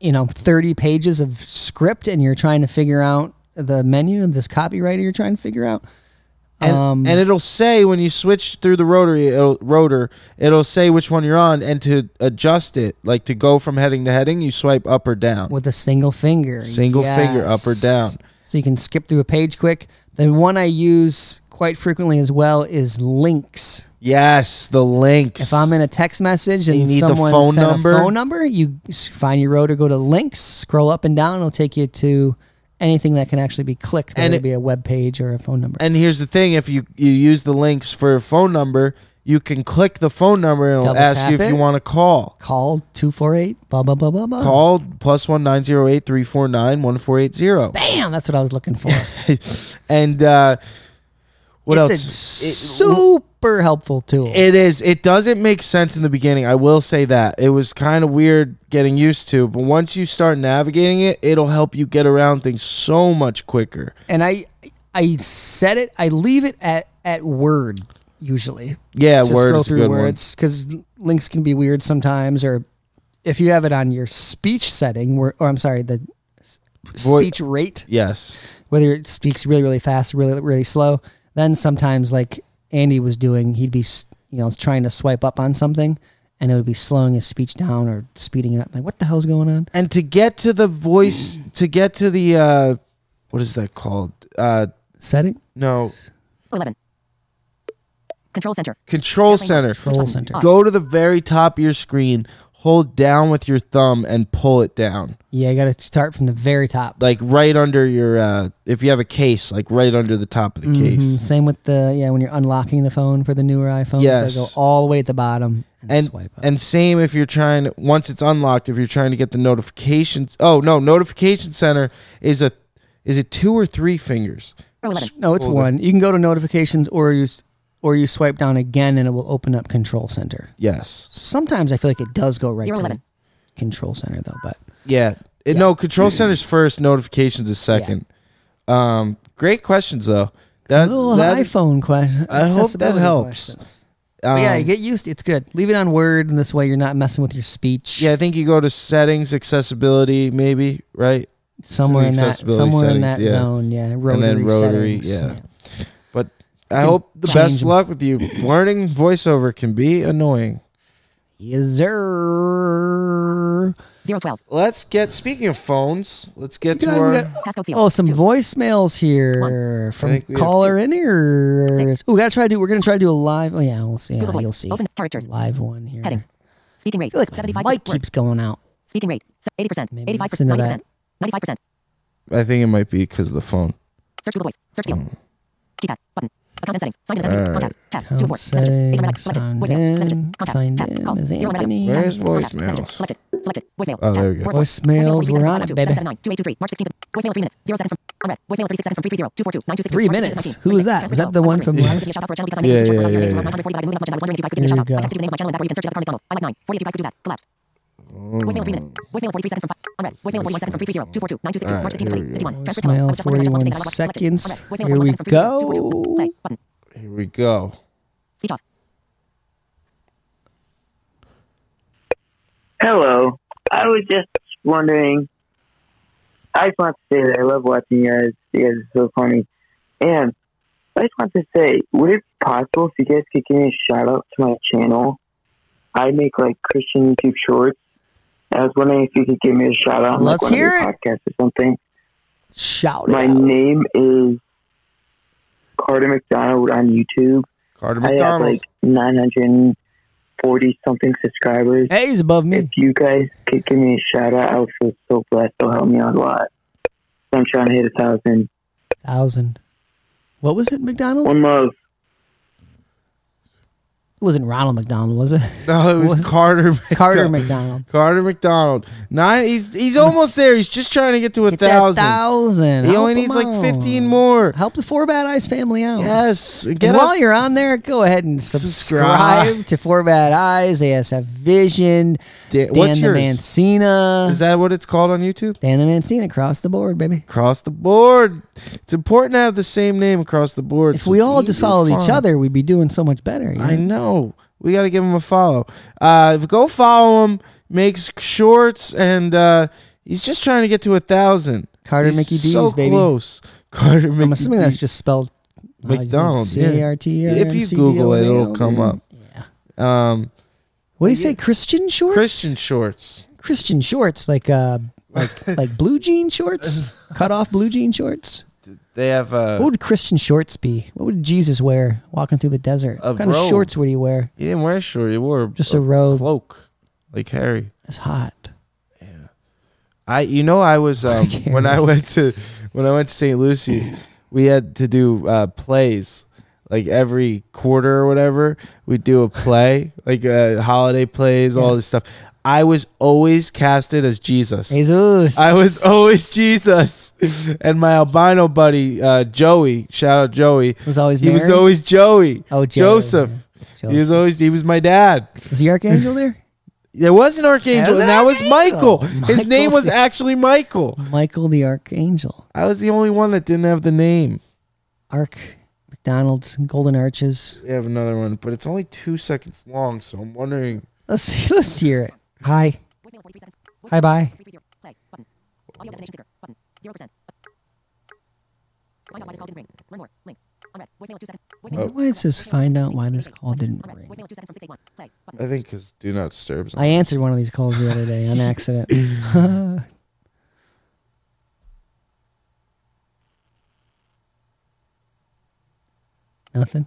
S2: you know, thirty pages of script, and you're trying to figure out the menu and this copywriter you're trying to figure out.
S3: and,
S2: um,
S3: and it'll say when you switch through the rotary it'll, rotor it'll say which one you're on and to adjust it like to go from heading to heading you swipe up or down
S2: with a single finger.
S3: Single finger, up or down.
S2: So you can skip through a page quick. Then one I use quite frequently as well is links.
S3: yes the links
S2: If I'm in a text message
S3: You
S2: and
S3: need the
S2: someone
S3: phone
S2: sent
S3: number?
S2: a phone number, you s- find your road or go to links, scroll up and down, it'll take you to anything that can actually be clicked, whether
S3: And
S2: it,
S3: it-
S2: be a web page or a phone number.
S3: and here's the thing if you you use the links for a phone number you can click the phone number and it'll
S2: Double
S3: ask
S2: tap
S3: you if you
S2: it.
S3: want to call
S2: Call 248 blah blah blah blah blah.
S3: call plus one nine zero eight three four nine one four eight zero
S2: Bam, that's what I was looking for.
S3: and uh [LAUGHS] what
S2: it's a
S3: else? It-
S2: super helpful tool.
S3: it is. It doesn't make sense in the beginning. I will say that. It was kind of weird getting used to, but once you start navigating it, it'll help you get around things so much quicker.
S2: and I I set it. I leave it at at word usually.
S3: Yeah,
S2: to
S3: word
S2: scroll
S3: is a
S2: through
S3: good one.
S2: words because links can be weird sometimes. Or if you have it on your speech setting, where or I'm sorry, the s-
S3: Voi-
S2: speech rate,
S3: Yes.
S2: whether it speaks really really fast, really really slow, then sometimes like Andy was doing, he'd be s- you know trying to swipe up on something. And it would be slowing his speech down or speeding it up. Like, what the hell's going on?
S3: And to get to the
S2: [CLEARS THROAT]
S3: voice, to get to the uh what is that called? Uh
S2: Setting?
S3: no,
S5: 11. Control center.
S3: control center.
S2: Control center.
S3: Go to the very top of your screen, hold down with your thumb and pull it down.
S2: Yeah, you got to start from the very top.
S3: like right under your uh if you have a case like right under the top of the
S2: Mhm.
S3: case
S2: Same with the yeah when you're unlocking the phone for the newer iPhones,
S3: Yes.
S2: they go all the way at the bottom.
S3: and
S2: swipe up.
S3: and same if you're trying to, once it's unlocked if you're trying to get the notifications oh no notification center is a is it two or three fingers
S5: Row 11.
S2: no, it's one. You can go to notifications or you s- or you swipe down again and it will open up control center.
S3: yes
S2: Sometimes I feel like it does go right
S5: Zero
S2: to
S5: eleven.
S2: control center though, but
S3: yeah, It- no
S2: [CLEARS THROAT]
S3: control center's first notifications is second um great questions though that,
S2: little
S3: that is-
S2: iPhone question.
S3: I hope that
S2: accessibility
S3: helps.
S2: questions. But yeah,
S3: um,
S2: you get used. It's good. Leave it on Word, and this way you're not messing with your speech.
S3: yeah i think you go to settings accessibility maybe right
S2: somewhere in that
S3: accessibility
S2: somewhere in that
S3: settings, yeah.
S2: zone. Yeah, rotary
S3: then rotary,
S2: settings.
S3: yeah. but i
S2: can
S3: hope the
S2: change
S3: best
S2: them.
S3: luck with
S2: [CLEARS THROAT]
S3: you learning voiceover can be annoying
S2: Yes, sir.
S5: 012.
S3: Let's get. Speaking of phones, let's get to
S2: got-
S3: our.
S2: we got-
S5: Pasco Field.
S2: Oh, some
S5: Two.
S2: voicemails here
S3: I
S2: from
S3: think we have
S2: caller
S3: two.
S2: in here.
S5: Six.
S2: Ooh, we gotta try to do. We're gonna try to do a live. Oh yeah, we'll see.
S5: Google
S2: Yeah,
S5: Voice.
S2: you'll see.
S5: Open characters.
S2: Live one here.
S5: Headings. Speaking
S2: I
S5: rate.
S2: feel like my
S5: 75
S2: mic keeps going out.
S5: Speaking rate. Se- 80%.
S2: Maybe
S5: 85%.
S2: listen to
S5: 90%.
S2: that.
S5: 95%.
S3: I think it might be because of the phone.
S5: Search Google Voice. Search
S2: Hmm.
S5: field. Keypad. Button. Account and settings. Signed in.
S3: All
S5: Settings.
S3: right.
S5: Contacts. Tab. Two of
S2: Account
S5: four. Messages. Eight hundred
S2: settings.
S5: back. Selected.
S2: Signed
S5: Voicemail. Messages.
S2: in.
S5: Contacts.
S2: Signed
S5: Tab.
S2: in.
S5: Calls.
S2: Is
S5: Zero
S2: Anthony?
S3: Where's
S5: messages. Contacts. Messages.
S3: voicemails?
S5: Selected. Selected. Voicemail.
S3: Oh, there
S5: Tab.
S3: we go.
S5: Four four.
S2: Voicemails, we're on it,
S5: 372,
S2: baby.
S5: 779, 2823. March 16th. Voicemail in three minutes. Zero seconds from unread. Voicemail in 36 seconds from
S2: Three
S5: 330. 242. 926. March 16th,
S2: minutes?
S5: 17.
S2: Who is that?
S5: Transcript
S2: Was that
S5: of
S2: the
S5: Mark
S2: one
S5: Zuckerberg.
S2: from
S5: Give me a
S2: last-
S5: shout out for a channel because I'm
S3: Yeah,
S5: making
S3: yeah,
S5: sure for audio
S3: yeah, yeah.
S5: and video around 145 million. I was wondering if you guys
S2: There
S5: could give me a
S2: you
S5: shout
S2: go.
S5: out. I texted you the name of my channel and that way you can search it up on McDonald. I like nine. 40 if you guys could do that. Collapse. Voicemail in three minutes.
S2: Hmm.
S5: Voicemail 43 seconds from five. Unread. Voicemail 41 seconds
S2: Voicemail
S5: from 330. 242. 926. March 16th. 2021. Transcript. Hello. I
S2: 41
S5: just wondered if I was watching the next
S2: seconds.
S5: one.
S2: Here we
S5: Unread. Voicemail 41 seconds from 330. 242.
S2: go.
S5: Play. Button.
S3: Here we go.
S5: Speech off.
S6: Hello. I was just wondering. I just want to say that I love watching you guys. You guys are so funny. And I just want to say, would it be possible if you guys could give me a shout out to my channel? I make like Christian YouTube shorts. I was wondering if you could give me a shout out on
S2: Let's
S6: like, one
S2: hear Oh,
S6: of your podcasts or something.
S2: Shout it
S6: My
S2: out.
S6: name is Carter McDonald on YouTube.
S3: Carter
S6: I have
S3: McDonald.
S6: like 940 something subscribers.
S2: Hey, he's above
S6: If
S2: me.
S6: you guys could give me a shout out, I would feel so blessed. It'll help me out a lot. I'm trying to hit a thousand.
S2: Thousand. What was it, McDonald?
S6: One love.
S2: It wasn't Ronald McDonald, was it? [LAUGHS]
S3: no, it was
S2: What?
S3: Carter. McDonald.
S2: Carter McDonald.
S3: Carter McDonald. Nine. He's he's almost there. He's just trying to get to a
S2: Get that
S3: thousand.
S2: thousand.
S3: He
S2: Help
S3: only
S2: him
S3: needs like
S2: out.
S3: fifteen more.
S2: Help the Four Bad Eyes family out.
S3: Yes. Get
S2: and
S3: us-
S2: while you're on there, go ahead and subscribe,
S3: Subscribe.
S2: to Four Bad Eyes, ASF Vision,
S3: Da-
S2: Dan
S3: what's
S2: the
S3: yours?
S2: Mancina.
S3: Is that what it's called on YouTube?
S2: Dan the Mancina across the board, baby.
S3: Across the board. It's important to have the same name across the board.
S2: If
S3: so
S2: we
S3: it's
S2: all
S3: easy
S2: just
S3: to
S2: followed each
S3: find.
S2: other, we'd be doing so much better. you
S3: I
S2: know?
S3: know. We got to give him a follow. Uh, go follow him. Makes shorts, and uh, he's just trying to get to a thousand.
S2: Carter
S3: He's
S2: Mickey D's,
S3: so
S2: baby.
S3: close. Carter Mickey.
S2: I'm assuming that's
S3: D's.
S2: just spelled
S3: McDonald,
S2: C A R T.
S3: yeah. If you Google it, it'll come up.
S2: Yeah.
S3: um,
S2: What do you say? Christian shorts.
S3: Christian shorts.
S2: Christian shorts, like uh,
S3: [LAUGHS]
S2: like like blue jean shorts, cut off blue jean shorts.
S3: They have uh,
S2: What would Christian shorts be? What would Jesus wear walking through the desert?
S3: A
S2: What kind of
S3: robe.
S2: shorts would he wear?
S3: he didn't wear a short. He wore
S2: Just a robe.
S3: cloak, like Harry.
S2: It's hot.
S3: I you know I
S2: [LAUGHS]
S3: was um,
S2: Like
S3: when I
S2: Harry.
S3: went to when I went to St. Lucy's, we had to do uh, plays like every quarter or whatever. We do a play like uh, holiday plays, all this stuff. I was always casted as Jesus.
S2: Jesus.
S3: I was always Jesus, [LAUGHS] and my albino buddy uh, Joey, shout out Joey,
S2: Was always
S3: he was
S2: Mary?
S3: always Joey.
S2: Oh, Joey,
S3: Joseph. He was
S2: Joseph.
S3: always he was my dad.
S2: Is the archangel
S3: [LAUGHS]
S2: there?
S3: There was an archangel,
S2: There's
S3: and
S2: an
S3: that was
S2: archangel.
S3: Michael. His name
S2: Michael. [LAUGHS]
S3: was actually Michael.
S2: Michael the archangel.
S3: I was the only one that didn't have the name.
S2: Ark, McDonald's, Golden Arches.
S3: We have another one, but it's only two seconds long, so I'm wondering.
S2: Let's see, [LAUGHS] let's hear it. Hi.
S5: Voicemail 43 seconds. Voicemail
S2: Hi, bye.
S5: 330. Play. Button. Audio destination picker. Button. 0%. Find out why this call didn't ring. Learn more. Link. Unread. Voicemail 2 seconds. Voicemail
S3: Oh.
S2: Wonder why it says find out why this call didn't
S5: Unread.
S2: ring.
S5: Voicemail 2 seconds from 681. Play. Button.
S3: I think because Do Not Disturb.
S2: I answered one of these calls the other day on
S3: [LAUGHS]
S2: accident. Nothing.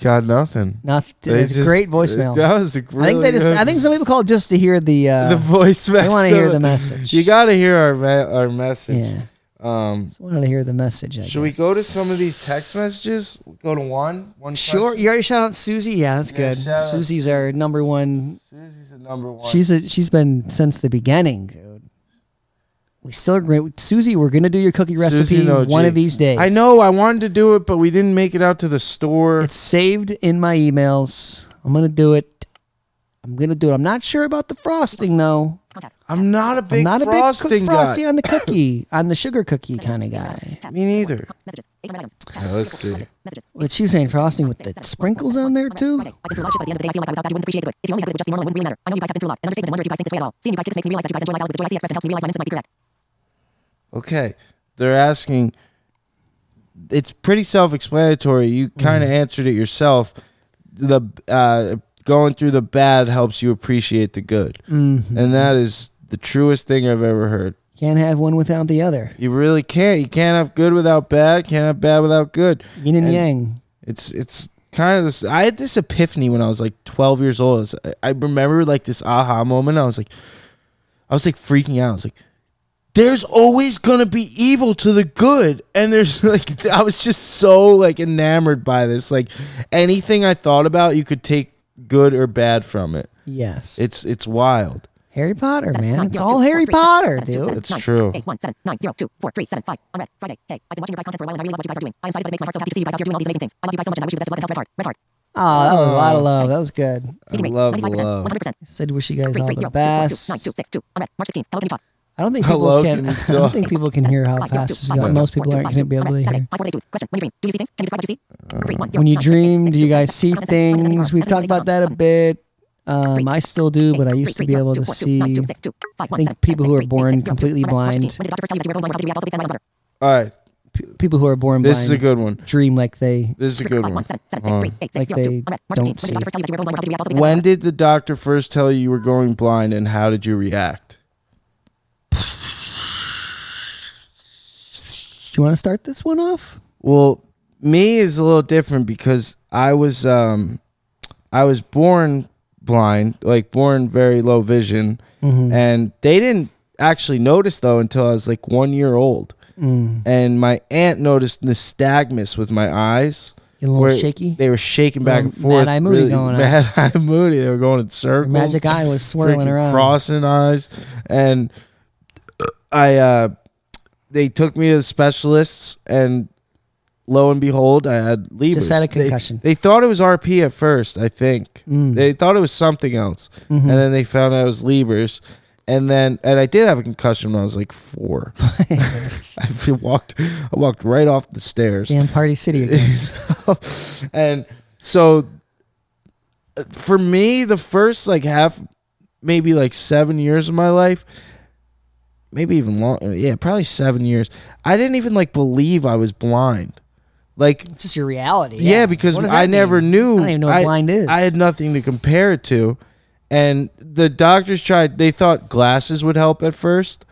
S3: Got nothing.
S2: Nothing.
S3: They
S2: It's a
S3: just-
S2: great voicemail.
S3: That was a
S2: I think they just.
S3: really
S2: I think some people call
S3: [LAUGHS]
S2: just to hear the. Uh,
S3: good- the voice message.
S2: they
S3: [LAUGHS]
S2: want to hear the message.
S3: You got to hear our me- our message.
S2: Yeah.
S3: Um,
S2: I wanted to hear the message. I
S3: should we go to some of these text messages? Go to one. One.
S2: Sure.
S3: question?
S2: You already shout out Susie. Yeah, that's
S3: Yeah,
S2: good.
S3: shout out
S2: Susie's our number one.
S3: Susie's the number one.
S2: She's a, she's been since the beginning, dude. We still agree. Susie, we're gonna do your cookie recipe
S3: Susie's an OG.
S2: one of these days.
S3: I know. I wanted to do it, but we didn't make it out to the store.
S2: It's saved in my emails. I'm gonna do it. I'm gonna do it. I'm not sure about the frosting though.
S5: Contacts.
S3: I'm not a big
S2: I'm not a
S3: frosting
S2: big cook- frosting
S3: guy. [COUGHS]
S2: on the cookie, on the sugar cookie kind of guy.
S5: Tab.
S3: Me neither.
S5: Messages. 800 items. Tab.
S3: Yeah, let's see.
S5: Messages.
S2: But she's saying frosting with the sprinkles on there too.
S5: Friday. I've been through a lot of shit by the end of the day. I feel like without that, you wouldn't appreciate good. If you only had good, it would just be normal and wouldn't really matter. I know you guys have been through a lot. An understatement. I wonder if you guys think this way at all. Seeing you guys do this makes me realize that you guys enjoy life with the joy I see expressed and helps me realize my mindset might be correct.
S3: Okay. They're asking. It's pretty self-explanatory. You kind of answered it yourself. The uh, going through the bad helps you appreciate the good, and that is the truest thing I've ever heard.
S2: Can't have one without the other.
S3: You really can't. You can't have good without bad. Can't have bad without good.
S2: Yin and,
S3: And-
S2: yang.
S3: It's it's kind of this. I had this epiphany when I was like 12 years old. It's- I- I remember like this aha moment. I was like, I was like freaking out. I was like, there's always gonna be evil to the good, and there's [LAUGHS] like I was just so like enamored by this. Like anything I thought about, you could take good or bad from it.
S2: Yes.
S3: It's it's wild.
S2: Harry Potter,
S5: Seven,
S2: man.
S5: nine,
S2: It's
S5: zero,
S2: all
S5: two, four,
S2: Harry
S5: three, seven,
S2: Potter,
S5: seven, two,
S2: dude.
S5: seven,
S3: That's
S5: nine,
S3: true.
S5: Eight, one, seven, nine, zero, two, four, three, seven, five. On red Friday. Hey, I've been watching your guys' content for a while, and I really love what you guys are doing. I am excited, but it makes my heart so happy to see you guys out here doing all these amazing things. I love you guys so much, and I wish you the best of luck and health. Red heart, red heart.
S2: Oh, that was a lot of love. That was good.
S5: Speaking rate,
S3: love
S5: 95%,
S3: love.
S5: 100%.
S2: Said wish you guys
S5: Three,
S2: all
S5: three,
S2: the
S5: zero, two, four, two,
S2: best.
S5: nine, two, six, two. On red, March 16th. Hello, can you talk?
S2: I don't think
S3: I
S2: people
S3: love
S2: can.
S3: you,
S2: I don't think people can hear how fast this is going. Most people aren't going to be able to hear. When you dream, do you guys see things? We've talked about that a bit. Um, I still do, but I used to be able to see.
S5: I
S2: think people who are born completely blind-
S3: All right,
S2: p- People who are born
S3: this is a
S2: blind
S3: good one.
S2: dream like they.
S3: This is a good one.
S2: Like they don't see.
S3: When did the doctor first tell you you were going blind, and how did you react?
S2: Do you want to start this one off?
S3: Well, me is a little different because I was um I was born blind, like born very low vision,
S2: Mm-hmm.
S3: and they didn't actually notice though until I was like 1 year old.
S2: Mm.
S3: And my aunt noticed nystagmus with my eyes.
S2: You a little
S3: where
S2: shaky?
S3: They were shaking back and
S2: Little
S3: forth.
S2: Mad-Eye Moody going on.
S3: Mad [LAUGHS] eye moody. They were going in circles.
S2: Magic eye was swirling
S3: freaking
S2: around.
S3: crossing eyes, and I uh, they took me to the specialists, and lo and behold, I had Leber's.
S2: Just had a
S3: They-
S2: concussion. Mm.
S3: They, thought it was RP at first, I think. They thought it was something else,
S2: Mm-hmm.
S3: and then they found out it was Leber's. And then, and I did have a concussion when I was like
S2: [LAUGHS]
S3: four. [LAUGHS] I walked, I walked right off the stairs
S2: Damn Party City again.
S3: and so uh, for me the first like half maybe like seven years of my life maybe even longer yeah probably seven years i didn't even like believe i was blind like
S2: It's just your reality.
S3: yeah, because
S2: What does
S3: I
S2: that
S3: never
S2: mean?
S3: knew.
S2: I don't even know what blind is.
S3: I had nothing to compare it to, and the doctors tried. They thought glasses would help at first,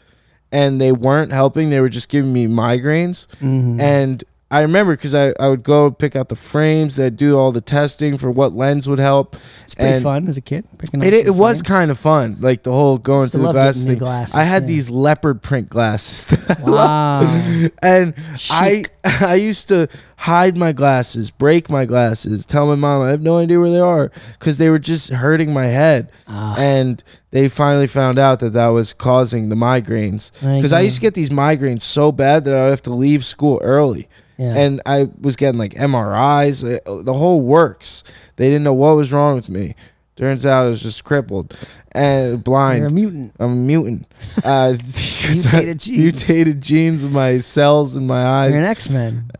S3: and they weren't helping. They were just giving me migraines.
S2: Mm-hmm.
S3: And I remember because I, I would go pick out the frames. They'd do all the testing for what lens would help.
S2: It's pretty
S3: and
S2: fun as a kid. Picking up
S3: It,
S2: some
S3: it, it was
S2: frames.
S3: kind of fun, like the whole going
S2: Used to
S3: through the
S2: love
S3: glasses
S2: getting new
S3: thing.
S2: glasses,
S3: I had
S2: yeah.
S3: these leopard print glasses [LAUGHS] that I
S2: Wow.
S3: and I
S2: Chic.
S3: [LAUGHS] I used to hide my glasses, break my glasses, tell my mom I have no idea where they are because they were just hurting my head.
S2: Ah.
S3: And they finally found out that that was causing the migraines
S2: There you
S3: because I
S2: go.
S3: used to get these migraines so bad that I would have to leave school early.
S2: Yeah.
S3: And I was getting like MRIs, uh, the whole works. They didn't know what was wrong with me. Turns out I was just crippled and blind.
S2: You're a mutant.
S3: I'm a [LAUGHS] mutant. Uh, because I-
S2: Mutated genes.
S3: Mutated genes of my cells and my eyes.
S2: You're
S3: [LAUGHS]
S2: an X Men.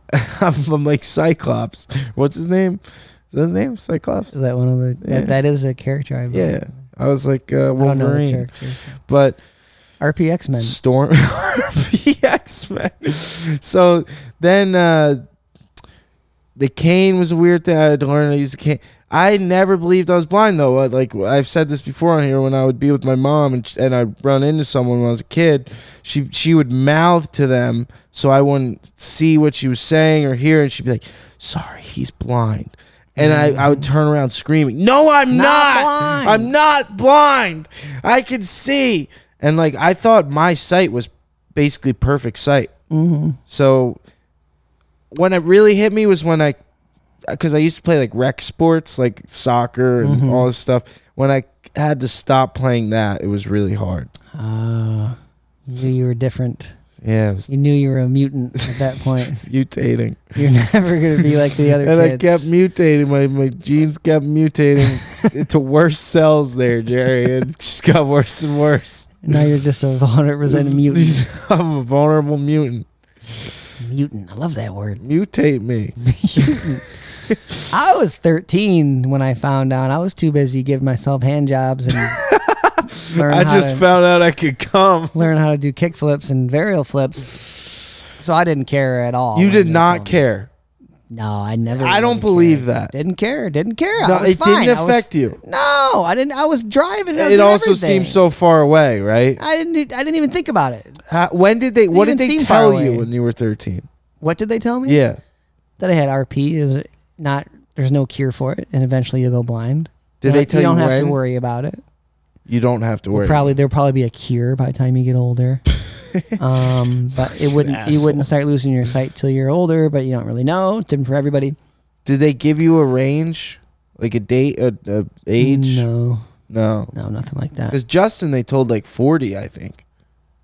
S3: I'm, I'm like Cyclops. What's his name? Is that his name? Cyclops?
S2: Is that one of the? That, that is a character. I believe.
S3: Yeah. I was like uh,
S2: I don't know the
S3: Wolverine.
S2: characters.
S3: But
S2: RP X Men.
S3: Storm [LAUGHS] X Men. So then uh, the cane was a weird thing. I had to learn how to use the cane. I never believed I was blind though. I- Like I've said this before on here, when I would be with my mom and sh- and I'd run into someone when I was a kid, she she would mouth to them so I wouldn't see what she was saying or hear, and she'd be like, "Sorry, he's blind." And I, I would turn around screaming, No, I'm
S2: Mm. Not
S3: not.
S2: blind."
S3: I'm not blind. I can see. And like I thought my sight was basically perfect sight.
S2: Mm-hmm.
S3: So when it really hit me was when I, because I used to play like rec sports, like soccer and
S2: Mm-hmm.
S3: all this stuff. When I had to stop playing that, it was really hard.
S2: Uh, you knew you were different.
S3: Yeah, it was
S2: You knew you were a mutant at that point. [LAUGHS]
S3: mutating.
S2: You're never gonna be like the other
S3: [LAUGHS] and
S2: kids.
S3: I kept mutating. My my genes kept mutating into worse cells there, Jerry. It just got worse and worse.
S2: [LAUGHS] now you're just a 100
S3: [LAUGHS]
S2: percent mutant.
S3: I'm a vulnerable mutant.
S2: mutant. I love that word.
S3: Mutate me.
S2: I was 13 when I found out. I was too busy giving myself hand jobs
S3: [LAUGHS]
S2: and learn
S3: I
S2: how
S3: just
S2: to
S3: found out I could come.
S2: learn how to do kick flips and varial flips. So I didn't care at all.
S3: You
S2: when
S3: did
S2: they
S3: not
S2: told me.
S3: care.
S2: No, I never.
S3: I don't
S2: really
S3: believe
S2: cared.
S3: that.
S2: Didn't care. Didn't care.
S3: No,
S2: I was
S3: it
S2: fine.
S3: didn't
S2: I was-
S3: affect you.
S2: No, I didn't. I was driving. I was
S3: It
S2: doing
S3: also
S2: everything.
S3: seems so far away, right?
S2: I didn't. e- I didn't even think about it.
S3: How, when did they? What
S2: even
S3: did they
S2: seem far
S3: tell you
S2: away.
S3: when you were thirteen?
S2: What did they tell me?
S3: Yeah,
S2: That I had RP is not. There's no cure for it, and eventually you'll go blind.
S3: Did
S2: You
S3: they
S2: don't-
S3: tell
S2: you don't
S3: you
S2: have
S3: when?
S2: to worry about it?
S3: you don't have to worry.
S2: Probably there'll probably be a cure by the time you get
S3: [LAUGHS]
S2: older. um, but it wouldn't. You wouldn't start losing your sight till you're older, but you don't really know. Different for everybody.
S3: Did they give you a range, like a date, a, a age?
S2: No,
S3: no.
S2: no, nothing like that.
S3: Because Justin, they told like forty, I think.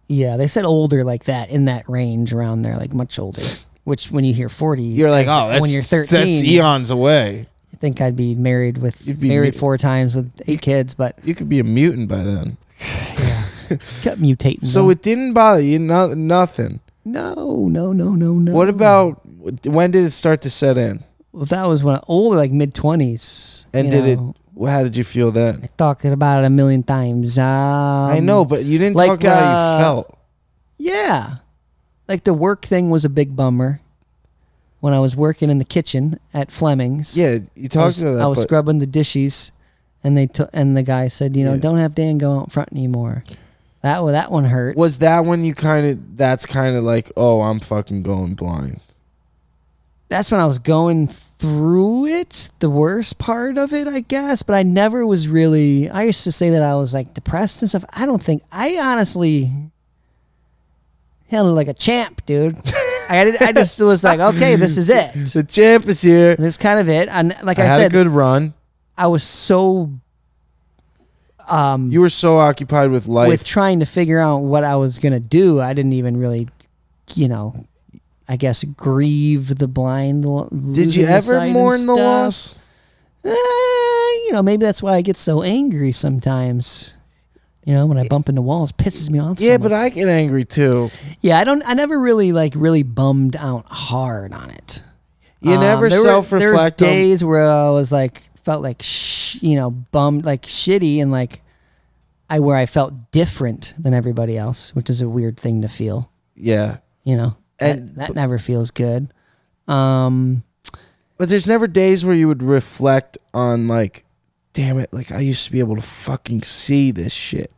S2: Yeah, they said older like that in that range around there, like much older. Which when you hear forty,
S3: You're like,
S2: that's-
S3: oh, that's,
S2: when you're
S3: that's
S2: thirteen,
S3: eons away.
S2: I think I'd be married
S3: You'd
S2: with
S3: be
S2: married
S3: mu-
S2: four times with eight kids, but
S3: You could be a mutant by then.
S2: kept mutating.
S3: So
S2: them.
S3: it didn't bother you, no, nothing.
S2: no, no, no, no, no.
S3: What about when did it start to set in?
S2: Well, that was when I, older, like mid twenties,
S3: And did it? How did you feel then?
S2: I talked about it a million times. Um, I
S3: I know, but you didn't
S2: like,
S3: talk about how
S2: uh,
S3: you felt.
S2: Yeah. Like the work thing was a big bummer. When I was working in the kitchen at Fleming's.
S3: Yeah, you
S2: I
S3: talked
S2: was,
S3: about that.
S2: I was
S3: but-
S2: scrubbing the dishes and they took and the guy said, you know,
S3: Yeah.
S2: don't have Dan go out front anymore. That wa- that one hurt.
S3: was that when you kind of? That's kind of like, oh, I'm fucking going blind.
S2: That's when I was going through it, the worst part of it, I guess, but I never was really I used to say that I was like depressed and stuff. I don't think I honestly handled it like a champ, dude. I, did, I just was like, okay, this is
S3: [LAUGHS]
S2: it.
S3: The champ is here.
S2: That's kind of it. And like
S3: I,
S2: I,
S3: had
S2: said,
S3: a good run.
S2: I was so
S3: You were so occupied with life.
S2: um, with trying to figure out what I was gonna do. I didn't even really, you know, I guess grieve the blind. lo-
S3: did
S2: losing
S3: you
S2: the sight
S3: ever
S2: and
S3: mourn the
S2: stuff.
S3: loss?
S2: Eh, you know, maybe that's why I get so angry sometimes. You know, when I bump into walls, pisses me off. so
S3: Yeah, but
S2: much.
S3: I get angry too.
S2: yeah, I don't. I never really like really bummed out hard on it.
S3: You
S2: Um,
S3: never
S2: there were-
S3: self reflect
S2: There was
S3: on
S2: days where I was like, felt like, sh- you know, bummed, like shitty, and like, I where I felt different than everybody else, which is a weird thing to feel.
S3: Yeah.
S2: You know,
S3: And-
S2: that, that never feels good. Um,
S3: But there's never days where you would reflect on like, damn it, like I used to be able to fucking see this shit.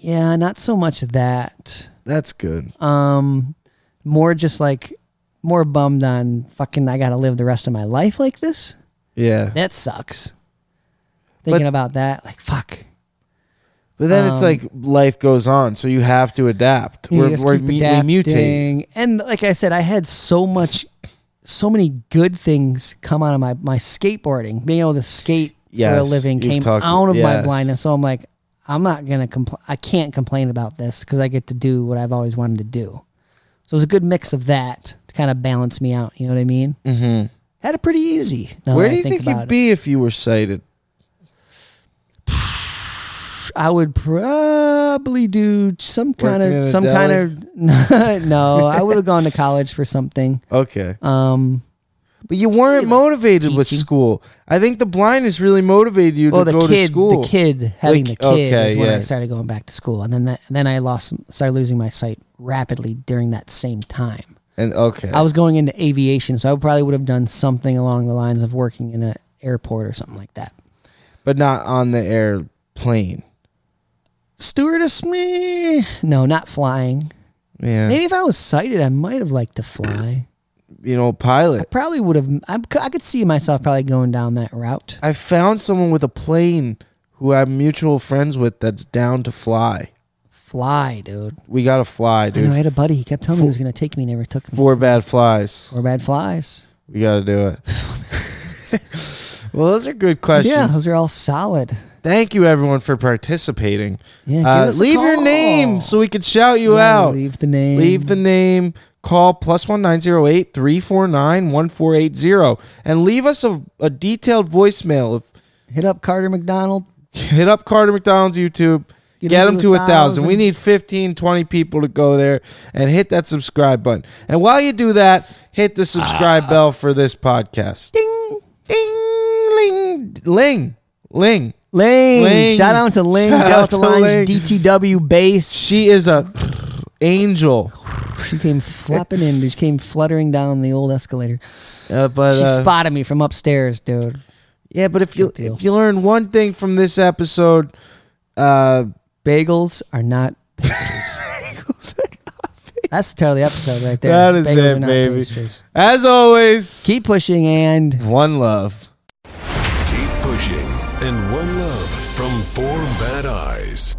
S2: yeah, not so much that.
S3: That's good.
S2: Um, more just like more bummed on fucking. I got to live the rest of my life like this.
S3: yeah.
S2: That sucks. Thinking about that, like fuck.
S3: But then it's
S2: um,
S3: like life goes on, so you have to adapt.
S2: You
S3: We're,
S2: just
S3: we're
S2: keep
S3: mu- we mutate.
S2: adapting. And like I said, I had so much, so many good things come out of my my skateboarding. Being able to skate for a
S3: Yes,
S2: living
S3: you've
S2: came
S3: talked-
S2: out of my
S3: yes.
S2: blindness. So I'm like, I'm not gonna complain. I can't complain about this because I get to do what I've always wanted to do. So it was a good mix of that to kind of balance me out. You know what I mean? Mm-hmm. Had it pretty easy. now
S3: Where
S2: that
S3: do
S2: I
S3: you think,
S2: about
S3: you'd
S2: it.
S3: be if you were sighted?
S2: I would probably do some kind
S3: Working in a
S2: of some kind of [LAUGHS] no. I would have gone to college for something.
S3: Okay.
S2: Um,
S3: But you weren't motivated with
S2: teaching.
S3: school. I think the blindness really motivated you
S2: well,
S3: to
S2: the
S3: go
S2: kid,
S3: to school.
S2: the kid having
S3: Like,
S2: the kid
S3: okay,
S2: is when
S3: yeah.
S2: I started going back to school, and then that, then I lost, started losing my sight rapidly during that same time.
S3: And okay.
S2: I was going into aviation, so I probably would have done something along the lines of working in an airport or something like that.
S3: but not on the airplane.
S2: Stewardess, me? No, not flying.
S3: Yeah.
S2: Maybe if I was sighted, I might have liked to fly.
S3: You know, pilot.
S2: Probably would have. I'm, I could see myself probably going down that route.
S3: I found someone with a plane who I'm mutual friends with that's down to fly.
S2: fly, dude.
S3: We gotta fly,
S2: I know. I had a
S3: dude.
S2: buddy. He kept telling me he was gonna take me. Never took me.
S3: Four bad flies.
S2: Four bad flies.
S3: We gotta do
S2: [LAUGHS]
S3: it. well, those are good questions.
S2: Yeah, those are all solid.
S3: Thank you, everyone, for participating.
S2: Yeah, give
S3: Uh,
S2: us a
S3: leave your
S2: call.
S3: name so we can shout you
S2: Yeah,
S3: out.
S2: Leave the name.
S3: Leave the name. Call plus one nine zero eight three four nine one four eight zero and leave us a, a detailed voicemail. If
S2: Hit up Carter McDonald.
S3: hit up Carter McDonald's YouTube. Get, him to, a thousand. We need 15, 20 people to go there and hit that subscribe button. And while you do that, hit the subscribe bell for this podcast. Ding, ding, ling, ling, ling.
S2: Ling.
S3: Ling.
S2: Shout out to Ling.
S3: Shout
S2: Delta
S3: out to Ling.
S2: Lines DTW base.
S3: She is a angel.
S2: She came flapping in. She came fluttering down the old escalator.
S3: Uh, but
S2: She
S3: uh,
S2: spotted me from upstairs, dude.
S3: yeah, but if you
S2: Good deal.
S3: if you learn one thing from this episode, uh,
S2: Bagels are not
S3: [LAUGHS]
S2: pastries. That's the title of the episode right there.
S3: That is
S2: Bagels
S3: it,
S2: are not
S3: baby.
S2: pastries.
S3: as always,
S2: Keep pushing and
S3: one love.
S1: Keep pushing and one love from four bad eyes.